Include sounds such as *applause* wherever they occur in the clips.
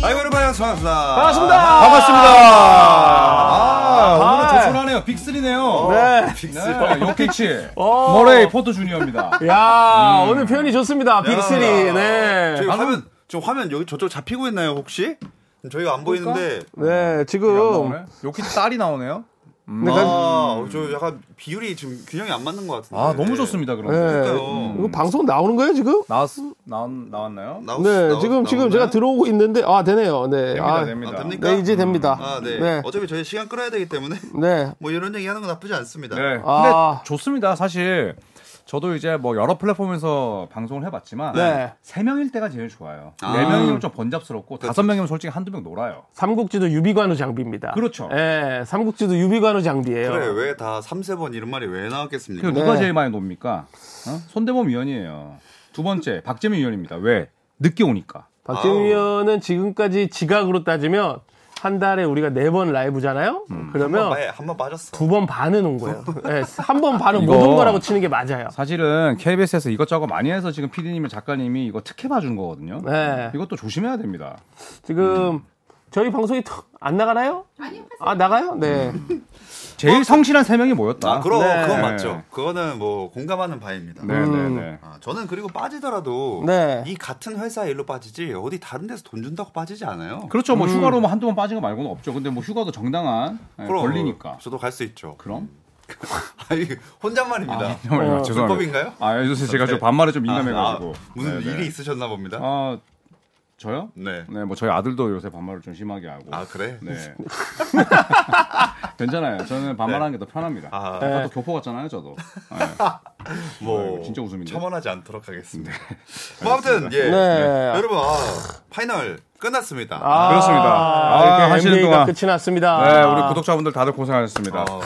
안녕하세요. 반갑습니다. 반갑습니다. 반갑습니다. 아, 오늘 아. 조촐하네요. 빅3네요. 네. 아, 빅3. 요키치. 어. 머레이 포터 주니어입니다. *laughs* 야, 오늘 표현이 좋습니다. 빅3. 저희 네. 화면 저 화면 여기 저쪽 잡히고 있나요 혹시? 저희가 안 보이는데 네, 지금. 나오네. 요키치 딸이 나오네요. 그- 네, 가- 아저 약간 비율이 지금 균형이 안 맞는 것 같은데. 아, 너무 좋습니다, 음. 그럼. 네. 그러니까요. 이거 방송 나오는 거예요, 지금? 나왔, 나왔, 나왔나요? 나오- 네, 나오- 지금, 지금 나오나요? 제가 들어오고 있는데, 아, 되네요. 네. 됩니다, 아, 됩니다. 아, 됩니까? 네, 이제 됩니다. 아, 네. 네. 어차피 저희 시간 끌어야 되기 때문에 *laughs* 네. 뭐 이런 얘기 하는 건 나쁘지 않습니다. 네. 근데 아. 좋습니다. 사실 저도 이제 뭐 여러 플랫폼에서 방송을 해봤지만 네. 세 명일 때가 제일 좋아요. 아. 그렇죠, 네 명이면 좀 번잡스럽고 다섯 명이면 솔직히 한두 명 놀아요. 삼국지도 유비관우 장비입니다. 그렇죠. 예, 삼국지도 유비관우 장비예요. 그래 왜 다 삼세 번 이런 말이 왜 나왔겠습니까? 그리고 누가 제일 많이 놉니까? 어? 손대범 위원이에요. 두 번째 박재민 위원입니다. 왜? 늦게 오니까. 박재민 아우. 위원은 지금까지 지각으로 따지면 한 달에 우리가 네 번 라이브잖아요. 그러면 한번 빠졌어. 두 번 반은 온 거예요. 예, 한 번 반은 못 이거. 온 거라고 치는 게 맞아요. 사실은 KBS에서 이것저것 많이 해서 지금 PD님이 작가님이 이거 특혜 봐준 거거든요. 네. 이것도 조심해야 됩니다. 지금 저희 방송이 턱 안 나가나요? 아, 나가요? 네. 제일 성실한 세 명이 모였다. 어? 아, 그럼 네. 그건 맞죠. 그거는 뭐 공감하는 바입니다. 음. 네네네. 아, 저는 그리고 빠지더라도 네. 이 같은 회사 일로 빠지지 어디 다른 데서 돈 준다고 빠지지 않아요. 그렇죠. 뭐 휴가로 뭐 한두 번 빠진 거 말고는 없죠. 근데 뭐 휴가도 정당한 예, 그럼 권리니까. 저도 갈 수 있죠. 그럼? *laughs* 아니 혼잣말입니다. 어, 불법인가요? 아, 요새 제가 네. 좀 반말에 좀 아, 민감해가지고. 무슨 네네. 일이 있으셨나 봅니다. 아, 저요? 네. 네, 뭐 저희 아들도 요새 반말을 좀 심하게 하고. 아 그래? *laughs* 네. 괜찮아요. 저는 반말하는 게 더 편합니다. 아, 네. 아까 네. 또 교포 같잖아요, 저도. 네. 뭐 어, 진짜 웃음인데. 네. 첨언하지 않도록 하겠습니다. *laughs* 뭐 아무튼 예 네. 여러분 아, 파이널 끝났습니다. 아, 그렇습니다. 아, 이렇게 하시는 NBA가 동안. 끝이 아. 났습니다. 네, 우리 구독자분들 다들 고생하셨습니다. 어,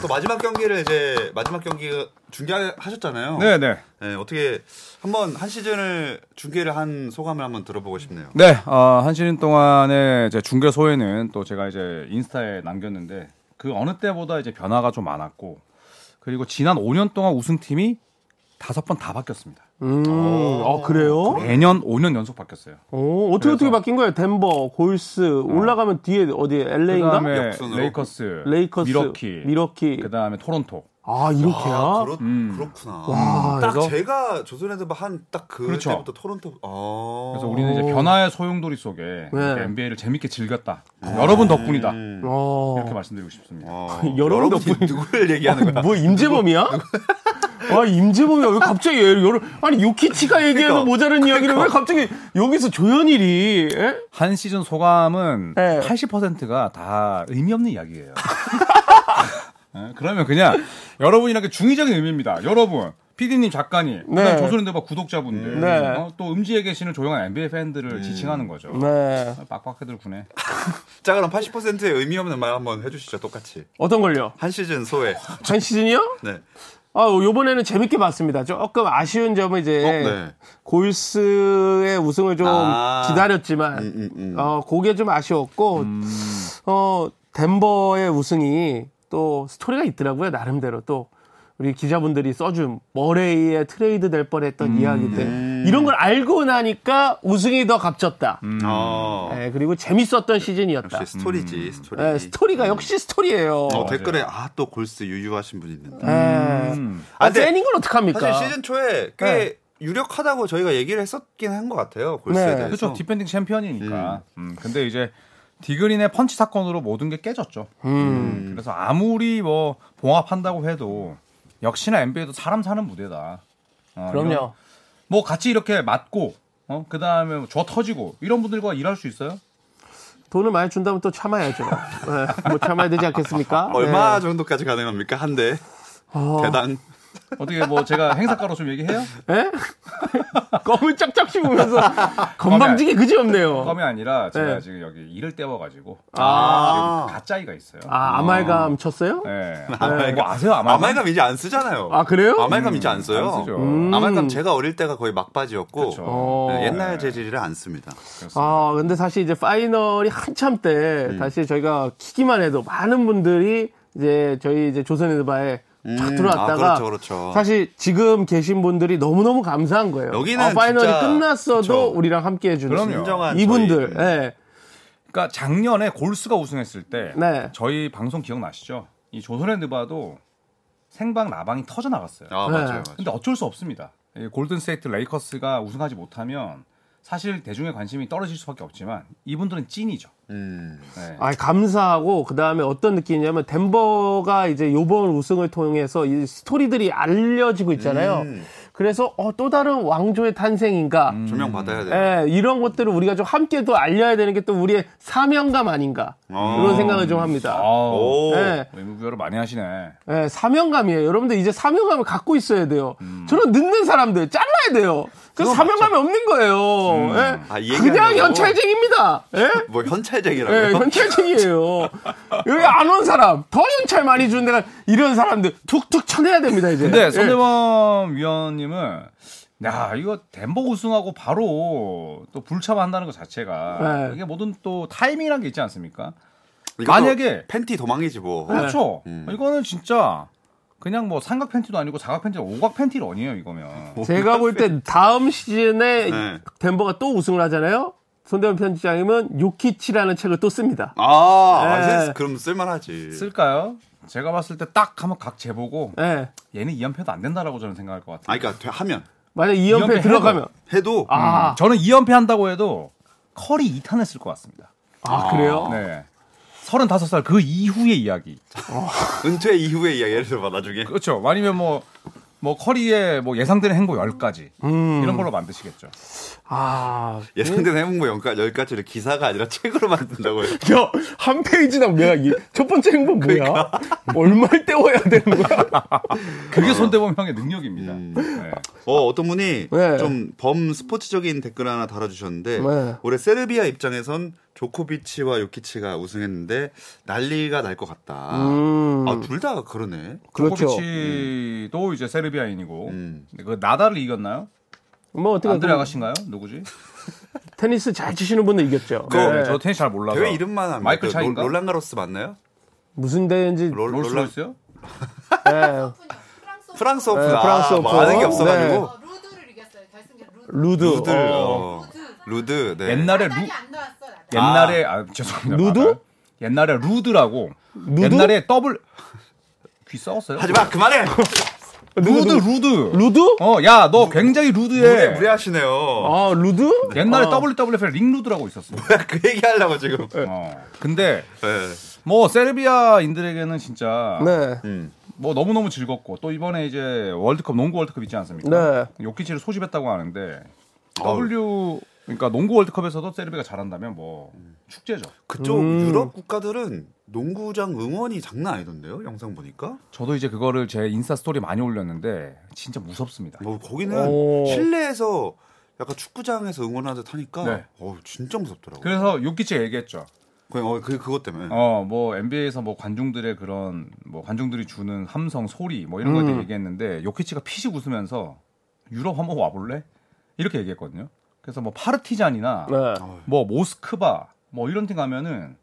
또 마지막 경기를 이제 마지막 경기 중계하셨잖아요. 네, 네. 네, 어떻게 한번 한 시즌을 중계를 한 소감을 한번 들어보고 싶네요. 네, 어, 한 시즌 동안의 제 중계 소회는 또 제가 이제 인스타에 남겼는데 그 어느 때보다 이제 변화가 좀 많았고 그리고 지난 5년 동안 우승팀이 다섯 번 다 바뀌었습니다. 음, 어, 그래요? 매년 5년 연속 바뀌었어요. 오, 어떻게 어떻게 바뀐 거예요? 덴버, 골스, 올라가면 뒤에 어디 LA인가? 네. 그다음에 역순으로. 레이커스, 레이커스, 미러키, 미러키. 그다음에 토론토. 아, 이렇게야? 아, 그렇, 음. 그렇구나. 와, 딱 그래서- 제가 조선에서 한딱 그렇죠. 그때부터 토론토. 아. 그래서 우리는 이제 변화의 소용돌이 속에 이렇게 NBA를 재밌게 즐겼다. 여러분 덕분이다. 어. 이렇게 말씀드리고 싶습니다. 어, *laughs* 여러분 음. 여러분 이 누구를 얘기하는 *laughs* 거야? 뭐 임재범이야? 아 임재범이야 왜 갑자기 얘를 여러 아니 유키치가 얘기해서 그러니까, 모자란 이야기를 왜 갑자기 여기서 조현일이 예? 한 시즌 소감은 네. 80%가 다 의미 없는 이야기예요. *laughs* 예, 그러면 그냥 여러분이랑 중의적인 의미입니다. 여러분, PD님, 작가님, 네. 조선인대바 구독자분들, 네. 어, 또 음지에 계시는 조용한 NBA 팬들을 지칭하는 거죠. 네 음. 아, 빡빡해들 구네. 자 그럼 80%의 의미 없는 말 한번 해주시죠 똑같이 어떤 걸요? 한 시즌 소회. 한 시즌이요? 네. 아 요번에는 재밌게 봤습니다. 조금 아쉬운 점은 이제 어, 네. 골스의 우승을 좀 아. 기다렸지만 음, 음. 어 그게 좀 아쉬웠고 어 덴버의 우승이 또 스토리가 있더라고요 나름대로 또 우리 기자분들이 써준 머레이의 트레이드 될 뻔했던 음, 이야기들 네. 이런 걸 알고 나니까 우승이 더 값졌다. 음. 어. 예, 그리고 재밌었던 시즌이었다. 역시 스토리지 음. 스토리. 예, 스토리가 역시 스토리예요. 어, 네. 댓글에 아 또 골스 유유하신 분이 있는데. 음. 예. 아, 아, 근데 센인 걸 어떡합니까? 사실 시즌 초에 꽤 네. 유력하다고 저희가 얘기를 했었긴 한 것 같아요 골스에 네. 대해서. 그렇죠. 디펜딩 챔피언이니까. 음, 근데 이제 디그린의 펀치 사건으로 모든 게 깨졌죠. 음, 그래서 아무리 뭐 봉합한다고 해도 역시나 NBA도 사람 사는 무대다. 어, 이런- 음. 그럼요. 뭐 같이 이렇게 맞고 어? 그다음에 저 터지고 이런 분들과 일할 수 있어요? 돈을 많이 준다면 또 참아야죠. 예, 뭐 참아야 되지 않겠습니까? 얼마 네. 아. 정도까지 가능합니까 한 대? 대당. 어떻게 뭐 제가 행사가로 좀 얘기해요? 예? *laughs* 검을 *laughs* 짝짝 씹으면서 건방지게 그지 없네요. 껌이 아니라 제가 네. 지금 여기 일을 떼워가지고 아. 여기 가짜이가 있어요. 아, 아말감 쳤어요? 네. 아말감. 뭐 아세요? 아말감? 아말감 이제 안 쓰잖아요. 아, 그래요? 음. 아말감 이제 안 써요. 안 쓰죠. 아말감 제가 어릴 때가 거의 막바지였고 그렇죠. 어. 네, 옛날 재질이라 안 씁니다. 음. 아, 근데 사실 이제 파이널이 한참 때 다시 저희가 키기만 해도 많은 분들이 이제 저희 이제 조선의 바에 쫙 음, 들어왔다가 아, 그렇죠, 그렇죠. 사실 지금 계신 분들이 너무너무 감사한 거예요. 여기는 아, 파이널이 진짜- 끝났어도 그쵸. 음. 우리랑 함께 해주는 그럼요. 진정한 이분들. 저희, 예. 그러니까 작년에 골스가 우승했을 때 네. 저희 방송 기억나시죠? 이 조선의 느바도 생방 나방이 터져 나갔어요. 아 네. 맞아요. 맞아요. 근데 어쩔 수 없습니다. 이 골든스테이트 레이커스가 우승하지 못하면 사실 대중의 관심이 떨어질 수밖에 없지만 이분들은 찐이죠. 음. 네. 아 감사하고 그 다음에 어떤 느낌이냐면 덴버가 이제 요번 우승을 통해서 이 스토리들이 알려지고 있잖아요. 음. 그래서 어, 또 다른 왕조의 탄생인가. 음. 조명 받아야 돼. 예, 이런 것들을 우리가 좀 함께 또 알려야 되는 게 또 우리의 사명감 아닌가. 어. 이런 생각을 좀 합니다. 오. 아우, 예. 외무교를 뭐 많이 하시네. 예, 사명감이에요. 여러분들 이제 사명감을 갖고 있어야 돼요. 음. 저는 늦는 사람들 잘라야 돼요. 그 사명감이 없는 거예요. 예. 아, 이 그냥 얘기하려고? 현찰쟁입니다. 예? 뭐 현찰쟁이라고요? 예, 현찰쟁이에요. 여기 안 온 사람, 더 현찰 많이 주는 데가 이런 사람들 툭툭 쳐내야 됩니다, 이제. 근데 예. 손대범 위원님은 야 이거 덴버 우승하고 바로 또 불참한다는 것 자체가 네. 이게 뭐든 또 타이밍이란 게 있지 않습니까? 이것도 만약에- 팬티 도망이지 뭐. 예. 그렇죠. 음. 이거는 진짜 그냥 뭐 삼각 팬티도 아니고 사각 팬티, 오각 팬티런이에요 이거면. 예. 뭐 제가 볼 때 다음 시즌에 네. 덴버가 또 우승을 하잖아요. 손대원 편집장님은 요키치라는 책을 또 씁니다. 아, 아, 네. 센스- 그럼 쓸만하지. 쓸까요? 제가 봤을 때 딱 한번 각 재보고 예. 얘는 2연패도 안 된다라고 저는 생각할 것 같아요. 아, 그러니까 되- 하면 만약 이연패 2연패 음. 해도. 들어가면. 해도 아, 저는 2연패 한다고 해도 커리 2탄 했을 것 같습니다. 아, 그래요? 네. 35살 그 이후의 이야기. 은퇴 이후에 이야기 예를 들어봐 나중에. 그렇죠. 아니면 뭐, 뭐 커리의 뭐 예상되는 행보 10가지. 음. 이런 걸로 만드시겠죠. 아. 예상되는 행복 0가지, 가지를 기사가 아니라 *laughs* 책으로 만든다고요. 야, 한 페이지당 내가 이, 첫 번째 행복 뭐야? *laughs* 얼마를 때워야 되는 거야? 그게 손대범 형의 능력입니다. 네. 음. 네. 어, 어떤 분이 네. 좀 범스포츠적인 댓글 하나 달아주셨는데 네. 올해 세르비아 입장에선 조코비치와 요키치가 우승했는데 난리가 날 것 같다. 음. 아, 둘 다 그러네. 그렇죠. 조코비치도 이제 세르비아인이고 음. 근데 그 나다를 이겼나요? 뭐, 어떻게. 안드레 보면 아가씨인가요? 누구지? 테니스 잘 치시는 분은 이겼죠. 네. 네. 저 테니스 잘 몰라서 대회 이름만 안 마이클 믿어요. 차인가? 롤- 롤랑가로스 맞나요? 무슨 대회인지. 롤, 롤랑 롤스로이스요? 예. 프랑스 프랑스 오픈. 네, 프랑스 아, 오픈. 많은 게 없어가지고. 어, 루드를 이겼어요. 결승전 루드. 루드. 루드. 어. 루드. 루드. 네. 옛날에 루 나달이 안 나왔어. 나달. 옛날에 아, 죄송합니다. 루드? 맞아요. 옛날에 루드라고 루드? 옛날에 더블 귀 싸웠어요? 하지 마 그만해. 루드 누구, 루드 루드? 어 야 너 굉장히 루드해. 무례 무례하시네요. 아, 루드? 옛날에 어. WWF에 링루드라고 있었어. *laughs* 그 얘기 하려고 지금. 네. 어. 근데 네. 뭐 세르비아인들에게는 진짜 네. 음. 뭐 너무너무 즐겁고 또 이번에 이제 월드컵 농구 월드컵 있지 않습니까? 요키치를 소집했다고 하는데 W 그러니까 농구 월드컵에서도 세르비아가 잘한다면 뭐 축제죠. 그쪽 음. 유럽 국가들은 농구장 응원이 장난 아니던데요? 영상 보니까. 저도 이제 그거를 제 인스타 스토리 많이 올렸는데 진짜 무섭습니다. 어, 거기는 오. 실내에서 약간 축구장에서 응원하는 듯 하니까 네. 어, 진짜 무섭더라고요. 그, 그래서 요키치 얘기했죠. 어, 그, 그것 때문에. 어, 뭐 NBA에서 뭐 관중들의 그런 뭐 관중들이 주는 함성 소리 뭐 이런 거에 음. 대해 얘기했는데 요키치가 피식 웃으면서 유럽 한번 와볼래? 이렇게 얘기했거든요. 그래서 뭐 파르티잔이나 네. 뭐 모스크바 뭐 이런 데 가면은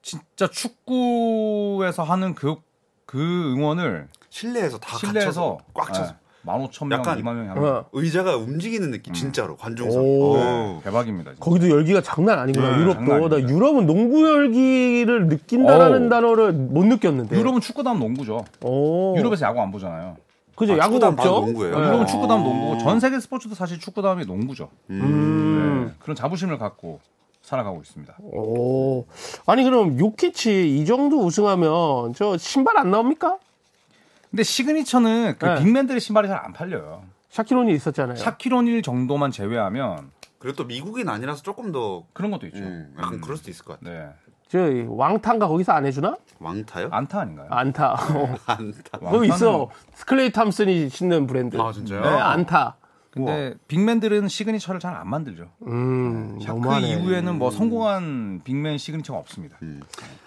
진짜 축구에서 하는 그 그 응원을 실내에서 다 실내에서 네, 갇혀서 꽉 차서 만 오천 명, 약간- 이만 명이 하는 어. 의자가 움직이는 느낌 진짜로 관중석. 오. 네. 대박입니다. 진짜. 거기도 열기가 장난 아니구나. 네, 장난 유럽도. 나 아닙니다. 유럽은 농구 열기를 느낀다라는 어우. 단어를 못 느꼈는데. 유럽은 축구다음 농구죠. 어. 오. 유럽에서 야구 안 보잖아요. 그죠? 아, 야구가 축구단 없죠? 바로 농구예요. 네. 유럽은 축구다음 농구고 전 세계 스포츠도 사실 축구다음이 농구죠. 음. 네, 그런 자부심을 갖고 살아가고 있습니다. 오. 아니 그럼 요키치 이 정도 우승하면 저 신발 안 나옵니까? 근데 시그니처는 그 네. 빅맨들의 신발이 잘 안 팔려요. 샤키론이 있었잖아요. 샤키로닐 정도만 제외하면 그리고 또 미국인 아니라서 조금 더 그런 것도 있죠. 음, 약간 그럴 수도 있을 것 같아. 요 네. 저이 왕탄가 거기서 안 해주나? 왕타요? *laughs* 안타 아닌가요? 안타. 네, 안타. *laughs* 그거 뭐. 있어. 스클레이 탐슨이 신는 브랜드. 아, 진짜요? 네, 안타. 근데 빅맨들은 시그니처를 잘 안 만들죠. 음. 샤크 너무하네. 그 음. 이후에는 뭐 성공한 빅맨 시그니처가 없습니다. 음.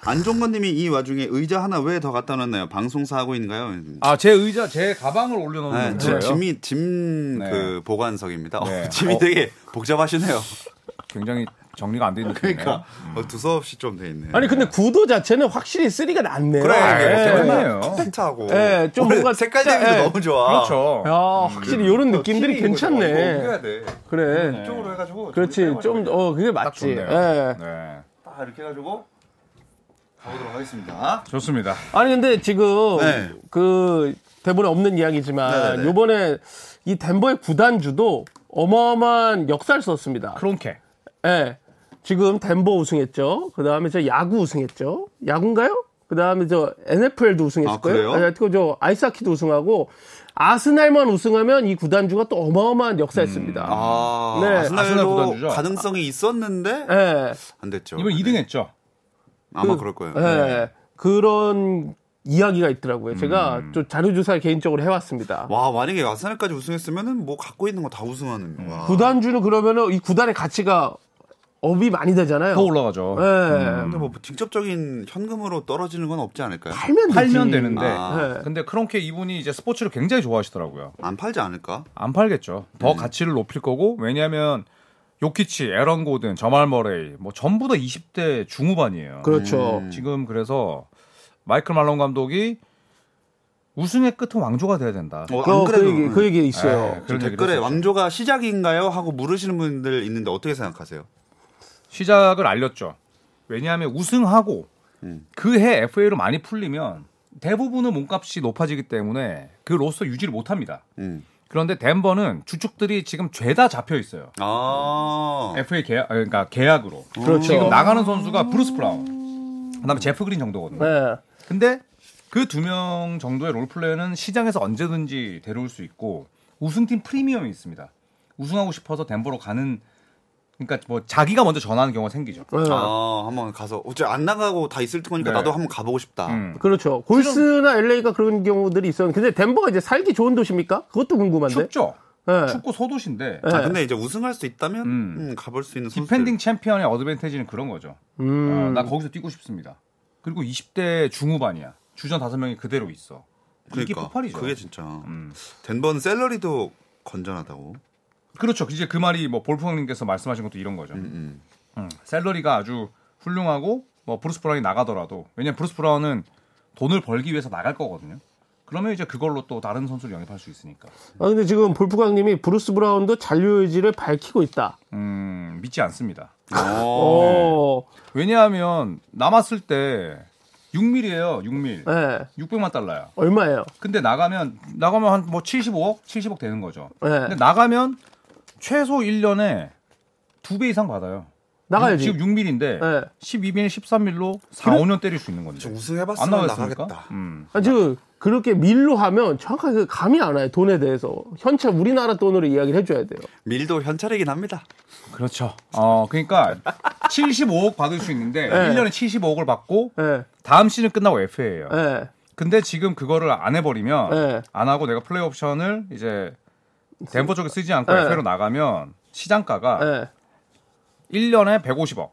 안종건님이 이 와중에 의자 하나 왜 더 갖다 놨나요? 방송사 하고 있는가요? 아 제 의자 제 가방을 네, 올려놓는 거예요. 지- 짐이 짐 음, 네. 그 보관석입니다. 어, *laughs* 네. 짐이 어. 되게 *laughs* 복잡하시네요. 굉장히 정리가 안 되는 느낌이네요. 그러니까 어, 두서없이 좀 돼 있네. 아니 그 근데 구도 자체는 확실히 쓰리가 낫네요. 그래, 아, 이게 예. 얼마나 맞네요. 컴팩트하고. 예, 좀 원래 뭔가 색깔 진짜, 재미도 예. 너무 좋아. 그렇죠. 야, 확실히 이런 느낌들이 팀이 이거 이거 괜찮네. 옮겨야 돼. 그래. 음, 네. 이쪽으로 해가지고. 그렇지. 좀, 어, 그게 딱 맞지. 음. 좋네요. 예. 네. 이렇게 해가지고 가보도록 하겠습니다. 좋습니다. 아니 근데 지금 네. 그 대본에 없는 이야기지만 네네네. 요번에 이 덴버의 구단주도 어마어마한 역사를 썼습니다. 크론케. 예. 지금 덴버 우승했죠. 그 다음에 저 야구 우승했죠. 야구인가요? 그 다음에 저 NFL도 우승했을 아, 거예요. 그래요? 아니, 하여튼 저 아이스하키도 우승하고 아스날만 우승하면 이 구단주가 또 어마어마한 역사였습니다. 아, 네. 아스날 아스날도 구단주죠? 가능성이 있었는데 예. 안 됐죠. 네. 이번 2등 했죠. 아마 그럴 거예요. 예. 네. 그런 이야기가 있더라고요. 제가 좀 자료 조사를 개인적으로 해왔습니다. 음. 와 만약에 아스날까지 우승했으면은 뭐 갖고 있는 거 다 우승하는. 와. 음. 구단주는 그러면은 이 구단의 가치가 업이 많이 되잖아요. 더 올라가죠. 음. 예. 근데 뭐 직접적인 현금으로 떨어지는 건 없지 않을까요? 팔면, 되지. 팔면 되는데. 아. 예. 근데 크론케 이분이 이제 스포츠를 굉장히 좋아하시더라고요. 안 팔지 않을까? 안 팔겠죠. 더 네. 가치를 높일 거고 왜냐하면 요키치, 에런 고든, 저말 머레이 뭐 전부 다 20대 중후반이에요. 그렇죠. 음. 지금 그래서 마이클 말론 감독이 우승의 끝은 왕조가 돼야 된다. 어, 그, 안 그 그래도 얘기, 그 얘기 있어요. 네, 그런 얘기를 댓글에 했었죠. 왕조가 시작인가요? 하고 물으시는 분들 있는데 어떻게 생각하세요? 시작을 알렸죠. 왜냐하면 우승하고 음. 그 해 FA로 많이 풀리면 대부분은 몸값이 높아지기 때문에 그 로스터 유지를 못합니다. 음. 그런데 덴버는 주축들이 지금 죄다 잡혀 있어요. 아, FA 계약, 그러니까 계약으로. 그렇죠. 지금 나가는 선수가 브루스 브라운, 그다음에 제프 그린 정도거든요. 예. 네. 근데 그 두 명 정도의 롤플레이는 시장에서 언제든지 데려올 수 있고 우승팀 프리미엄이 있습니다. 우승하고 싶어서 덴버로 가는 그러니까 뭐 자기가 먼저 전하는 경우가 생기죠. 네. 아, 한번 가서 어째 안 나가고 다 있을 거니까 네. 나도 한번 가보고 싶다. 음. 그렇죠. 골스나 LA가 그런 경우들이 있었는데 근데 덴버가 이제 살기 좋은 도시입니까? 그것도 궁금한데. 춥죠. 네. 축구 소도시인데 아, 근데 이제 우승할 수 있다면 음, 가볼 수 있는 선수들. 네. 디펜딩 챔피언의 어드밴티지는 그런 거죠. 음. 어, 음. 나 거기서 뛰고 싶습니다. 그리고 20대 중후반이야. 주전 다섯 명이 그대로 있어. 이게 그러니까 폭발이죠. 음. 그게 진짜. 덴버는 셀러리도 건전하다고. 그렇죠. 이제 그 말이 뭐 볼프왕님께서 말씀하신 것도 이런 거죠. *laughs* 음, 셀러리가 아주 훌륭하고 뭐 브루스 브라운이 나가더라도 왜냐면 브루스 브라운은 돈을 벌기 위해서 나갈 거거든요. 그러면 이제 그걸로 또 다른 선수를 영입할 수 있으니까 아 근데 지금 볼프강님이 브루스 브라운도 잔류 의지를 밝히고 있다. 음, 믿지 않습니다. 어. 어, 오. 왜냐하면 남았을 때 6밀이에요. 6밀. 네. 600만 달러야. 얼마예요? 근데 나가면 나가면 한 뭐 75억, 70억 되는 거죠. 네. 근데 나가면 최소 1년에 두 배 이상 받아요. 나가야지. 지금 6밀인데 네. 12밀, 13밀로 4, 5년 때릴 수 있는 건데. 안 우승해봤으면 나가겠습니까? 나가겠다. 음. 아, 지금 그렇게 밀로 하면 정확하게 그 감이 안 와요. 돈에 대해서. 현재 우리나라 돈으로 이야기를 해줘야 돼요. 밀도 현찰이긴 합니다. 그렇죠. 어, 그러니까 75억 받을 수 있는데 네. 1년에 75억을 받고 예. 다음 시즌 끝나고 FA예요. 예. 근데 지금 그거를 안 해버리면 네. 안 하고 내가 플레이 옵션을 이제 덴버 쪽에 쓰지 않고 네. FA로 나가면 시장가가 예. 1년에 150억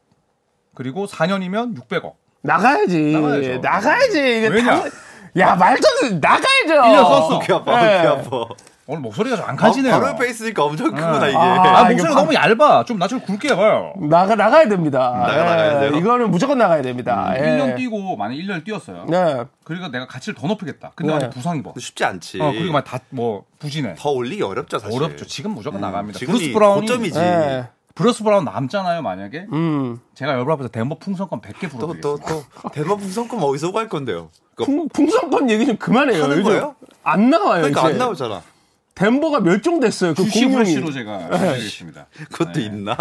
그리고 4년이면 600억 나가야지. 나가야죠. 나가야지. 이게 왜냐? 당- 야, 말도 안 돼. 나가야죠. 년 썼어. 네. 귀 아파, 예. 귀 아파. 오늘 목소리가 좀 안 커지네요 바로 옆에 있으니까 엄청 크구나, 이게. 아. 아, 목소리가 이게 너무 얇아 좀 낮춰 굵게 해봐요 나가 나가야 됩니다. 예, 나가- 나가야 돼요? 음. 이거는 무조건 나가야 됩니다. 예. 1년 뛰고 만약 1년을 뛰었어요 네. 그러니까 내가 가치를 더 높이겠다 근데 네. 완전 부상 입어 근데 쉽지 않지. 어, 그리고 막 다 뭐 부진해 더 올리기 어렵죠, 사실. 어렵죠 지금 무조건 나갑니다 지금이 브루스 브라운이 고점이지. 예. 브루스 브라운 남잖아요 만약에 음. 제가 여러분 앞에서 덴버 풍선권 100개 또 또 불어드리겠습니다 또 대박 풍선권 어디서 구할 건데요? 그거 풍, 풍선권 얘기 좀 그만해요. 하는 요즘 거예요? 안 나와요. 그러니까 이제. 안 나오잖아. 덴버가 멸종됐어요. 그 주식 공룡이. 후레쉬로 제가 드리겠습니다 그것도 있나?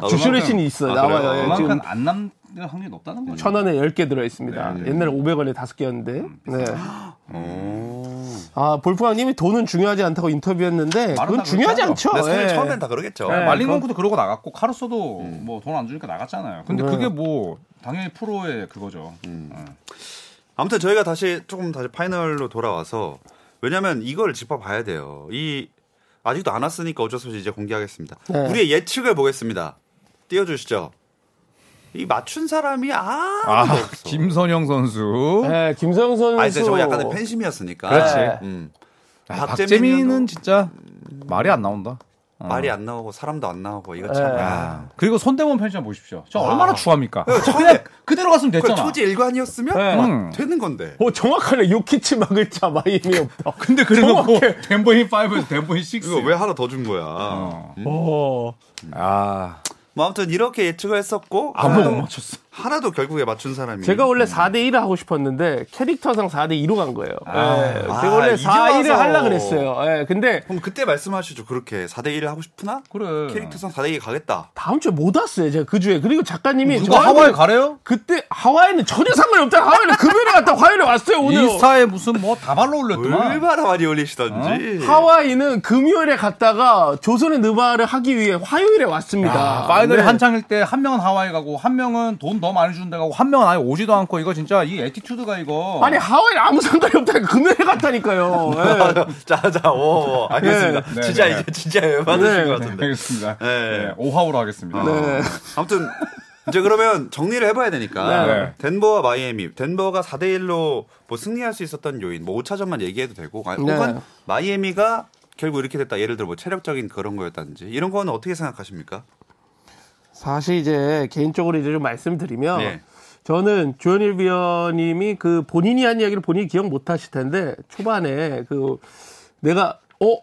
어, 주식 주식- 레신이 있어요. 아, 나와요. 그래요? 예, 지금 그만큼 안 남는 확률이 높다는 거죠 천 원에 열 개 들어 있습니다. 네, 옛날에 500원에 다섯 개였는데. 음, 네. 아 볼프강님이 돈은 중요하지 않다고 인터뷰했는데 그건 다 중요하지 그렇지 않죠. 근데 손에 예. 처음엔 다 그러겠죠. 예. 말린 건크도 네, 그러고 나갔고 카루소도 음. 뭐 돈 안 주니까 나갔잖아요. 근데 그게 뭐 당연히 프로의 그거죠. 음. 어. 아무튼 저희가 다시 조금 다시 파이널로 돌아와서 왜냐면 이걸 짚어봐야 돼요. 이 아직도 안 왔으니까 어쩔 수 없이 이제 공개하겠습니다. 네. 우리의 예측을 보겠습니다. 띄워주시죠. 이 맞춘 사람이 아무도 없어. *laughs* 김선영 선수. 예, 김성 선수. 어? 아 이제 저 약간의 팬심이었으니까. 그렇지. 음. 박재민은 아, 박재민은 진짜 말이 안 나온다. 어. 예. 말이 안 나오고 사람도 안 나오고 이거 참. 아. 네. 야. 그리고 손대범 펜션 보십시오. 저 아. 얼마나 추합니까? 처음에 네, 그대로 갔으면 그 됐잖아. 초지 일관이었으면 네. 막 음. 되는 건데. 오 정확하네. 요키치 막을 자마 의미 없다. 근데 그래놓고 뭐 정확해. *laughs* 덴버인 5에서 덴버인 6. 이거 왜 하나 더 준 거야. 어. 오. 음. 아, 뭐 아무튼 이렇게 예측을 했었고 아무도 아, 못 맞췄어. 하나도 결국에 맞춘 사람이 제가 원래 4대 1을 하고 싶었는데 캐릭터상 4대 2로 간 거예요. 예, 아, 제가 원래 이제 4 1을 와서. 하려 그랬어요. 예, 근데 그럼 그때 말씀하시죠. 그렇게 4대 1을 하고 싶으나 그래. 캐릭터상 4대 1 가겠다. 다음 주에 못 왔어요. 제가 그 주에 그리고 작가님이 누가 저한테 하와이 가래요? 그때 하와이는 전혀 상관이 없다. *laughs* 하와이는 금요일에 갔다 화요일에 왔어요. 오늘 인스타에 무슨 뭐 다발로 올렸더만. 얼마나 많이 어? 올리시던지. 하와이는 금요일에 갔다가 조선의 느바를 하기 위해 화요일에 왔습니다. 아, 파이널이 네. 한창일 때 한 명은 하와이 가고 한 명은 돈 더 많이 주는 데 가고 한 명은 아예 오지도 않고 이거 진짜 이 애티튜드가 이거 아니 하와이 아무 상관이 없다니까 금요일에 *laughs* 갔다니까요. 예. *laughs* 자, 자, 오, 오, 알겠습니다. 네, 진짜 네. 이제 진짜 열받으신 네. 것 같은데. 알겠습니다. 네. 네, 오하우로 하겠습니다. 네. 아무튼 이제 그러면 정리를 해봐야 되니까 네. 덴버와 마이애미 덴버가 4대 1로 뭐 승리할 수 있었던 요인 뭐 5차전만 얘기해도 되고 아니, 네. 혹은 마이애미가 결국 이렇게 됐다 예를 들어 뭐 체력적인 그런 거였다든지 이런 거는 어떻게 생각하십니까? 사실 이제 개인적으로 이제 좀 말씀드리면 네. 예. 저는 조현일 위원님이 그 본인이 한 이야기를 본인이 기억 못 하실 텐데 초반에 그 내가 어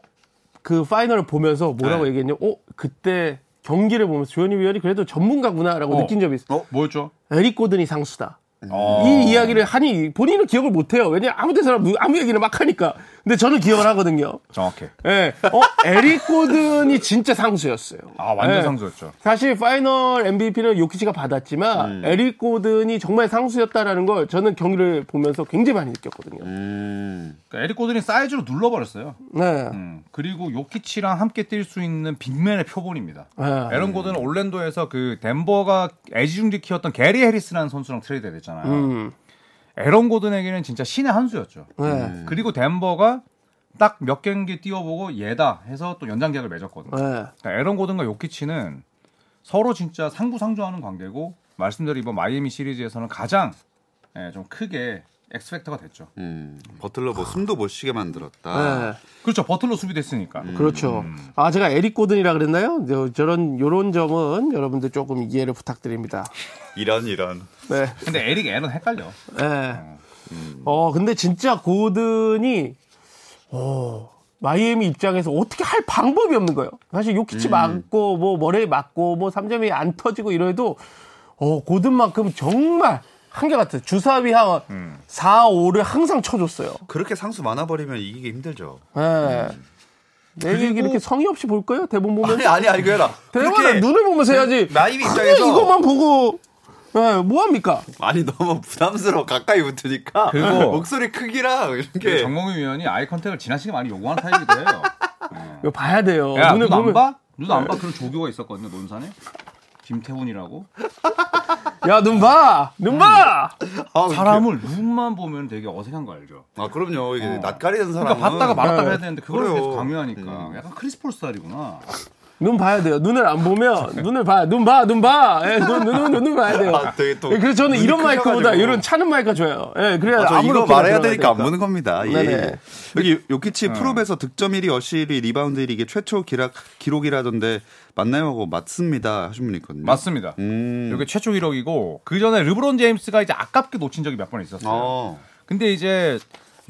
그 파이널을 보면서 뭐라고 네. 얘기했냐? 어 그때 경기를 보면서 조현일 위원이 그래도 전문가구나라고 어. 느낀 적이 있어. 음. 요 어? 뭐였죠? 에릭 고든이 상수다. 어. 이 이야기를 하니 본인은 기억을 못 해요. 왜냐 아무 데서나 누- 아무 얘기를 막 하니까. 근데 저는 기억을 하거든요. 정확해. 예. 어, 에릭 고든이 진짜 상수였어요. 아 완전 예. 상수였죠. 사실 파이널 MVP는 요키치가 받았지만 에릭 고든이 정말 상수였다라는 걸 저는 경기를 보면서 굉장히 많이 느꼈거든요. 음. 그러니까 에릭 고든이 사이즈로 눌러버렸어요. 네. 음, 그리고 요키치랑 함께 뛸 수 있는 빅맨의 표본입니다. 네. 에런 고든은 올랜도에서 그 덴버가 애지중지 키웠던 게리 해리스라는 선수랑 트레이드가 됐잖아요. 음. 에런 고든에게는 진짜 신의 한 수였죠. 음. 네. 그리고 덴버가 딱 몇 경기 뛰어보고 얘다 해서 또 연장 계약을 맺었거든요. 네. 그러니까 에런 고든과 요키치는 서로 진짜 상부상조하는 관계고 말씀드린 이번 마이애미 시리즈에서는 가장 예, 좀 크게 엑스팩터가 됐죠. 음. 버틀러 뭐 숨도 못 쉬게 만들었다. 네. 그렇죠. 버틀러 수비됐으니까. 그렇죠. 아, 제가 에릭 고든이라 그랬나요? 저, 저런, 요런 점은 여러분들 조금 이해를 부탁드립니다. 이런 이런. 네. 근데 에릭 에런 헷갈려. 예. 어, 근데 진짜 고든이, 어, 마이애미 입장에서 어떻게 할 방법이 없는 거예요. 사실 요키치 맞고, 뭐, 머레이 맞고, 뭐, 3점이 안 터지고 이래도, 어, 고든만큼 정말 한결같아요. 주사위 한 4, 5를 항상 쳐줬어요. 그렇게 상수 많아 버리면 이기기 힘들죠. 예. 내일 그리고- 이렇게 성의 없이 볼 거예요? 대본 보면? 아니 아니 아니 그래라. 대본에 눈을 보면서 해야지. 나이비 그냥 입장에서- 네. 이것만 보고, 예, 뭐합니까? 아니 너무 부담스러워 가까이 붙으니까 그리고- *laughs* 목소리 크기랑 이렇게 정몽희 위원이 아이 컨택을 지나치게 많이 요구하는 타입이기도 해요. 이거 봐야 돼요. 야, 어, 눈을 눈 안 보면- 봐? 눈 안 봐? 그런 조교가 있었거든요, 논산에. 김태훈이라고. 야, 눈 봐! 눈 봐! 아, 사람을 눈만 보면 되게 어색한 거 알죠? 아 그럼요 이게 낯가리는 사람 그러니까 봤다가 말았다가 해야 되는데 그걸 그래요. 계속 강요하니까 약간 크리스폴 스타일이구나. 눈 봐야 돼요. 눈을 안 보면 눈을 봐야 눈 봐, 눈 봐. 예, 눈, 눈, 눈, 눈, 눈 봐야 돼요. 아, 되게 또 예, 그래서 저는 눈이 이런 마이크보다 크셔가지고. 이런 차는 마이크가 좋아요. 예, 그래야 아, 저 이거 아무렇게나 말해야 들어가야 되니까 안 보는 겁니다. 예. 네네. 여기 요키치 프로에서 득점 1위, 어시 1위, 리바운드 1위 이게 최초 기락, 기록이라던데 맞나요? 하고 맞습니다 하신 분이 있거든요. 맞습니다. 음. 이게 최초 기록이고 그 전에 르브론 제임스가 이제 아깝게 놓친 적이 몇 번 있었어요. 어. 근데 이제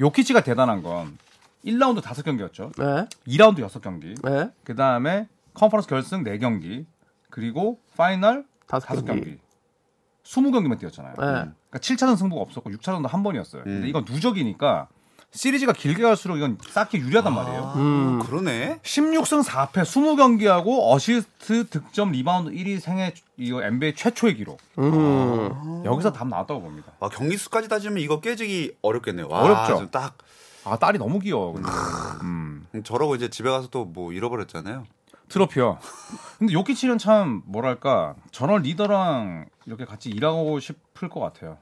요키치가 대단한 건 1라운드 5경기였죠. 예, 2라운드 6경기. 예. 그 다음에 컨퍼런스 결승 4경기. 그리고 파이널 다섯 5경기. 경기. 20경기만 뛰었잖아요. 그러니까 7차전 승부가 없었고 6차전도 한 번이었어요. 근데 이건 누적이니까 시리즈가 길게 갈수록 이건 쌓기 유리하단 말이에요. 음, 그러네. 16승 4패 20경기하고 어시스트 득점 리바운드 1위 생애 이거 NBA 최초의 기록. 여기서 답 나왔다고 봅니다. 와, 경기 수까지 따지면 이거 깨지기 어렵겠네요. 와, 어렵죠. 좀딱 아 딸이 너무 귀여워. 근데. 음. 저러고 이제 집에 가서 또 뭐 잃어버렸잖아요. *laughs* 트로피요. 근데 요키치는 참 뭐랄까 저런 리더랑 이렇게 같이 일하고 싶을 것 같아요.